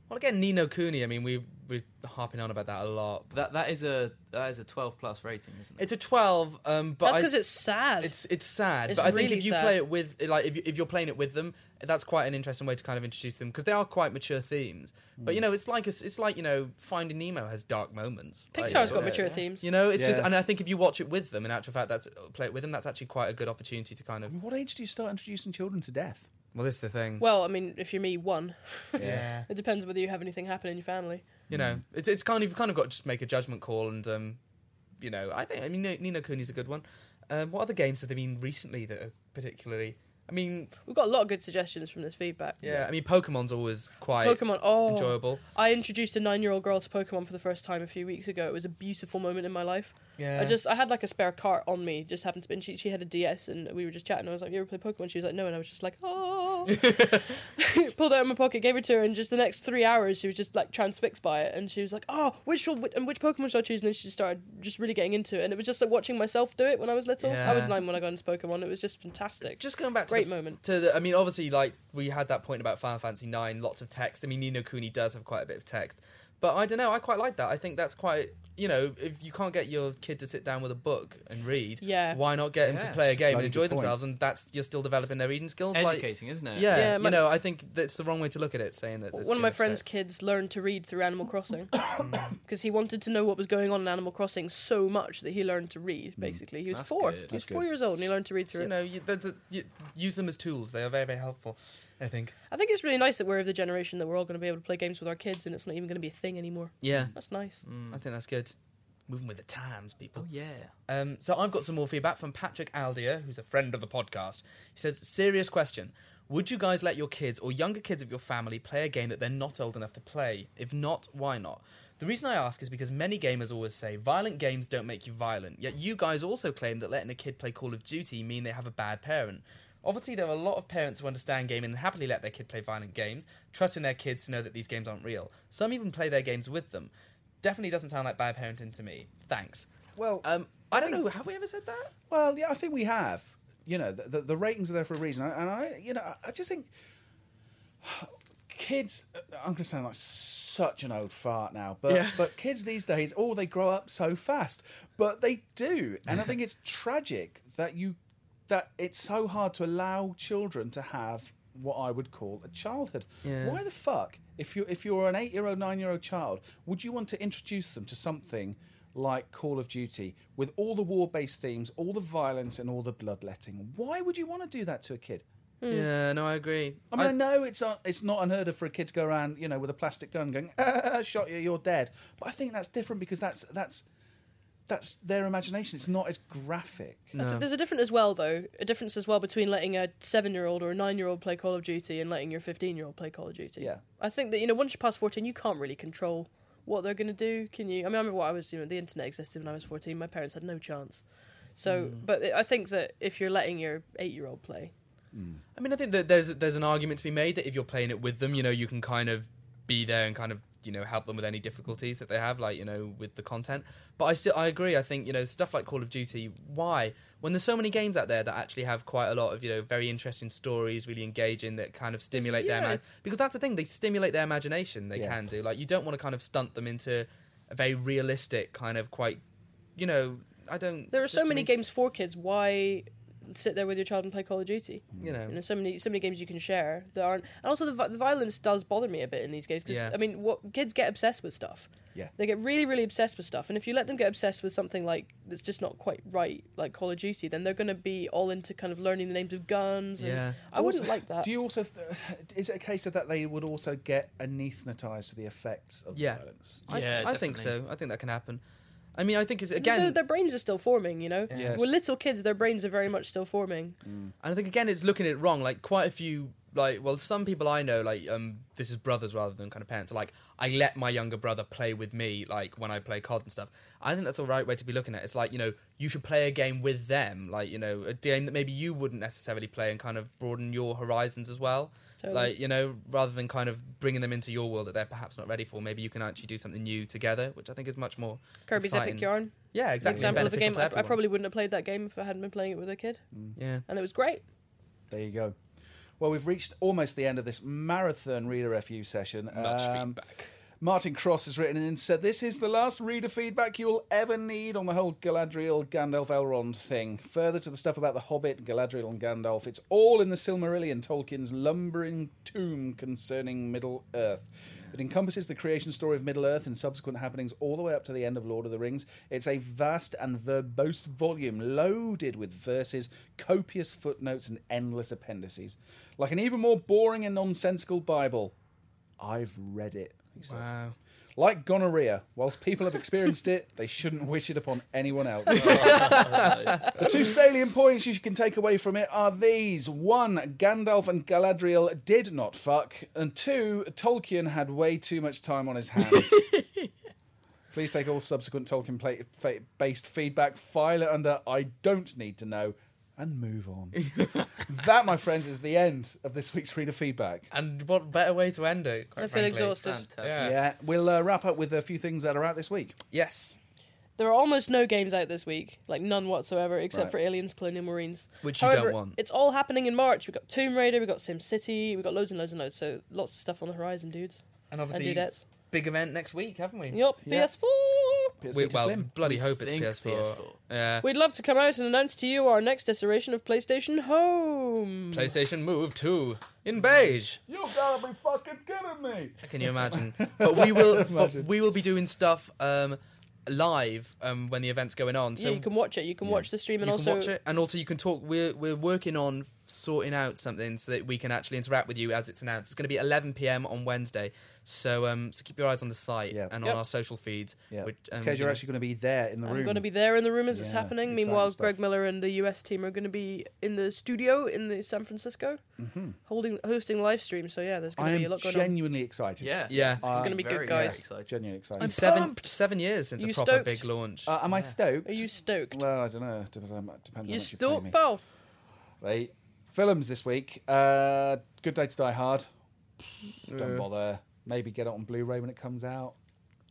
Well, again, Nino Cooney. I mean, we we're harping on about that a lot.
That that is a that is a twelve plus rating, isn't it?
It's a twelve, um, but
That's
I-
because it's sad.
It's it's sad,
It's
but I think
really
if you
sad.
play it with like if, you, if you're playing it with them, that's quite an interesting way to kind of introduce them because they are quite mature themes. But you know, it's like it's, it's like you know, Finding Nemo has dark moments. Like,
Pixar's got
yeah.
mature themes.
You know, it's just
Yeah.
and I think if you watch it with them, in actual fact, that's uh, play it with them. That's actually quite a good opportunity to kind of.
What age do you start introducing children to death?
Well, this is the thing.
Well, I mean, if you're me, one.
yeah,
It depends whether you have anything happen in your family.
you know, it's it's kind of you've kind of got to just make a judgment call and um, you know, I think I mean Nino Cooney's a good one. Um, what other games have there been recently that are particularly I mean,
We've got a lot of good suggestions from this feedback.
yeah, I mean, Pokemon's always quite
Pokemon. Oh,
enjoyable.
I introduced a nine-year-old girl to Pokemon for the first time a few weeks ago. It was a beautiful moment in my life.
Yeah,
I just I had like a spare cart on me, just happened to be, and she, she had a DS, and we were just chatting. I was like, "You ever play Pokemon?" She was like, "No," and I was just like, "Oh!" Pulled it out of my pocket, gave it to her, and just the next three hours, she was just like transfixed by it, and she was like, "Oh, which one, and which Pokemon should I choose?" And then she just started just really getting into it, and it was just like watching myself do it when I was little. I was
Yeah.
nine when I got into Pokemon. It was just fantastic.
just going back to
Great
the,
moment.
to the, I mean, obviously, like we had that point about Final Fantasy Nine, lots of text. I mean, Nino Cooney does have quite a bit of text, but I don't know. I quite like that. I think that's quite. You know, if you can't get your kid to sit down with a book and read,
Yeah.
why not get them
Yeah.
to play a game and
bloody
enjoy
good point.
themselves? And that's you're still developing their reading skills. Like,
Educating, isn't it?
yeah,
Yeah, my-
you know, I think that's the wrong way to look at it. Saying that there's
One of
too
my
much
friend's
text.
kids learned to read through Animal Crossing because he wanted to know what was going on in Animal Crossing so much that he learned to read. Basically, he was
That's
four.
good.
He
That's
was four
good.
years old and he learned to read through
you
it.
know, you, th th you, use them as tools. They are very, very helpful. I think.
I think it's really nice that we're of the generation that we're all going to be able to play games with our kids, and it's not even going to be a thing anymore.
Yeah,
That's nice.
I think that's good. Moving with the times, people.
Oh yeah.
Um, so I've got some more feedback from Patrick Aldia, who's a friend of the podcast. He says, "Serious question: Would you guys let your kids or younger kids of your family play a game that they're not old enough to play? If not, why not?" The reason I ask is because many gamers always say violent games don't make you violent. Yet you guys also claim that letting a kid play Call of Duty mean they have a bad parent. Obviously, there are a lot of parents who understand gaming and happily let their kid play violent games, trusting their kids to know that these games aren't real. Some even play their games with them. Definitely doesn't sound like bad parenting to me. Thanks.
Well,
Um, I don't know. Have we ever said that?
Well, yeah, I think we have. You know, the, the, the ratings are there for a reason, and I, you know, I- I just think kids. uh, I'm going to sound like such an old fart now, but
Yeah.
but kids these days, oh, they grow up so fast, but they do, and I think it's tragic that you that it's so hard to allow children to have what I would call a childhood.
Yeah.
Why the fuck, if you if you're an eight year old, nine year old child, would you want to introduce them to something like Call of Duty with all the war based themes, all the violence, and all the bloodletting? Why would you want to do that to a kid?
Hmm.
Yeah, no, I agree.
I mean, I, know it's un- it's not unheard of for a kid to go around, you know, with a plastic gun going, "Ah, "Shot you, you're dead." But I think that's different because that's that's that's their imagination. It's not as graphic.
I think There's a difference as well, though. A difference as well between letting a seven-year-old or a nine-year-old play Call of Duty and letting your fifteen-year-old play Call of Duty.
Yeah.
I think that you know once you pass fourteen, you can't really control what they're going to do, can you? I mean, I remember what I was doing. The internet existed when I was fourteen. My parents had no chance. So, but I think that if you're letting your eight-year-old play,
I mean, I think that there's there's an argument to be made that if you're playing it with them, you know, you can kind of be there and kind of you know help them with any difficulties that they have, like you know, with the content. But I still I agree. I think you know stuff like Call of Duty. Why when there's so many games out there that actually have quite a lot of you know very interesting stories, really engaging that kind of stimulate their
yeah.
ima- because that's the thing they stimulate their imagination. They
Yeah.
can do like you don't want to kind of stunt them into a very realistic kind of quite you know. I don't.
there are so
there's too
many games for kids. Why sit there with your child and play Call of Duty?
You know.
And there's so many, so many games you can share that aren't. And also, the, vi- the violence does bother me a bit in these games because
Yeah.
I mean, what kids get obsessed with stuff.
Yeah.
They get really, really obsessed with stuff, and if you let them get obsessed with something like that's just not quite right, like Call of Duty, then they're going to be all into kind of learning the names of guns. And
Yeah.
I wouldn't
Also,
Uh,
like that.
Do you also? Th- is it a case of that they would also get anaesthetized to the effects of
Yeah.
violence?
I,
Yeah,
I think so.
definitely.
I think that can happen. I mean, I think it's
Their-
again,
their, brains are still forming. You know,
Yes.
we're little kids. Their brains are very much still forming.
and I think again, it's looking at it wrong. Like quite a few, like well, some people I know, like um, this is brothers rather than kind of parents. are Like I let my younger brother play with me, like when I play COD and stuff. I think that's the right way to be looking at. it. It's like you know, you should play a game with them, like you know, a game that maybe you wouldn't necessarily play, and kind of broaden your horizons as well.
Totally.
Like you know, rather than kind of bringing them into your world that they're perhaps not ready for, maybe you can actually do something new together, which I think is much more
Kirby's
exciting.
Epic Yarn,
Yeah,
is an
exactly.
example of a
beneficial
game
to
I, I
everyone.
probably wouldn't have played that game if I hadn't been playing it with a kid,
yeah.
and it was great.
There you go. Well, we've reached almost the end of this marathon reader FU session.
Much
Um,
feedback.
Martin Cross has written in and said, This is the last reader feedback you'll ever need on the whole Galadriel Gandalf Elrond thing. Further to the stuff about the Hobbit, Galadriel, and Gandalf, it's all in the Silmarillion, Tolkien's lumbering tome concerning Middle Earth. It encompasses the creation story of Middle Earth and subsequent happenings all the way up to the end of Lord of the Rings. It's a vast and verbose volume loaded with verses, copious footnotes, and endless appendices. Like an even more boring and nonsensical Bible. I've read it. he said.
Wow.
Like gonorrhea, whilst people have experienced it, they shouldn't wish it upon anyone else. The two salient points you can take away from it are these one, Gandalf and Galadriel did not fuck, and two, Tolkien had way too much time on his hands. Please take all subsequent Tolkien pla- fa- based feedback, file it under I don't need to know, and move on. that, my friends, is the end of this week's reader feedback.
And what better way to end it? Quite
I feel
frankly.
exhausted.
Fantastic.
Yeah.
Yeah, we'll uh, wrap up with a few things that are out this week.
Yes.
There are almost no games out this week, like none whatsoever, except
Right.
for Aliens, Colonial Marines.
Which you
However,
don't want.
It's all happening in March. We've got Tomb Raider, we've got Sim City, we've got loads and loads and loads. So lots of stuff on the horizon, dudes.
And
And
obviously,
dudettes.
big event next week, haven't we?
Yup,
Yeah.
PS4.
Piers
We,
Peter
well,
Slim.
bloody
We
hope it's
think
PS4.
PS4.
Yeah.
We'd love to come out and announce to you our next iteration of PlayStation Home.
PlayStation Move 2 in beige.
You gotta be fucking kidding me!
Can you imagine? but we will. But
Imagine.
we will be doing stuff um, live um, when the event's going on. So
yeah, you can watch it. You can watch the stream
you
and also
can watch it, and also you can talk. We're we're working on sorting out something so that we can actually interact with you as it's announced. It's going to be 11 p.m. on Wednesday. So um, so keep your eyes on the site
Yeah.
and
Yep.
on our social feeds.
Yeah,
which, um,
because
you
you're
know-
actually going to be there in the
I'm
room.
going to be there in the room as it's
Yeah,
happening.
exciting
Meanwhile,
stuff.
Greg Miller and the US team are going to be in the studio in the San Francisco, holding hosting live stream. So yeah, there's
I
going to be a
am
lot going on.
genuinely excited.
Yeah.
Yeah. It's
gonna be good,
Very,
guys.
Very excited.
genuinely excited.
And seven
pumped.
seven years since
You
a proper
stoked?
big launch.
uh, am I stoked?
Are you stoked?
Well, I don't know. Depends on depends
you
on what you pay
stoked,
me.
pal?
Right. Films this week. Uh, Good Day to Die Hard. Don't bother. Maybe get it on Blu-ray when it comes out.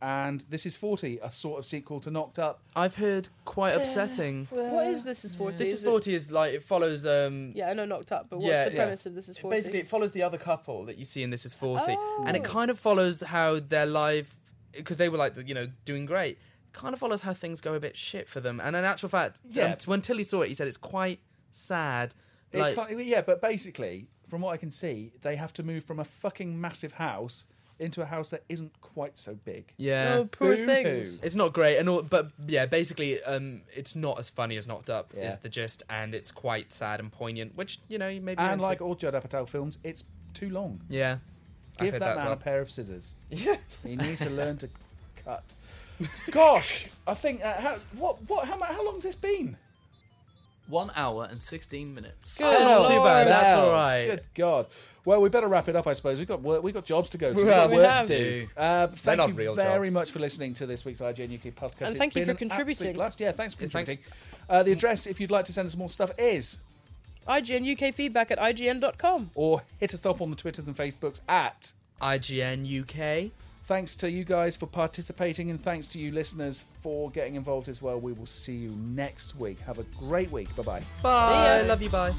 And This Is 40, a sort of sequel to Knocked Up.
I've heard quite upsetting.
What is this? Is forty?
This is 40 is like it follows um,
Yeah, I know, knocked up. But what's
Yeah,
the
yeah.
premise of this? Is forty?
Basically, it follows the other couple that you see in This Is 40. And it
Oh.
kind of follows how their life, because they were like, you know, doing great, kind of follows how things go a bit shit for them. And in actual fact,
Yeah.
yeah. when Tilly saw it, he said it's quite sad.
It
Like,
can't- yeah, but basically, from what I can see, they have to move from a fucking massive house into a house that isn't quite so big.
yeah.
oh, poor
Boo-hoo.
things.
It's not great, and all, but yeah, basically, um, it's not as funny as Knocked Up
Yeah.
is the gist, and it's quite sad and poignant, which you know you maybe
And like all Judd Apatow films, it's too long.
yeah, I've
Give
heard
that,
that as
man
well.
a pair of scissors.
yeah,
He needs to learn to cut. Gosh, I think uh, how, what what how, mu- how long's this been?
One hour and 16 minutes.
Good Oh,
too
Lord.
bad. That's
Hells.
all right.
Good God. Well, we better wrap it up, I suppose. We've got work, we've got jobs to go to.
Well,
We've got
we
work
have.
to do. Uh, thank
not
you
real
very
jobs.
much for listening to this week's IGN UK podcast.
And
It's
thank you
been
for
an absolute
contributing.
blast. Yeah, thanks for
Yeah, thanks.
contributing. Uh, the address, if you'd like to send us more stuff, is
IGN UK feedback at IGN.com.
or hit us up on the Twitters and Facebooks at
IGN UK.
Thanks to you guys for participating and thanks to you listeners for getting involved as well. We will see you next week. Have a great week. Bye bye.
Bye.
ya.
Love you. Bye.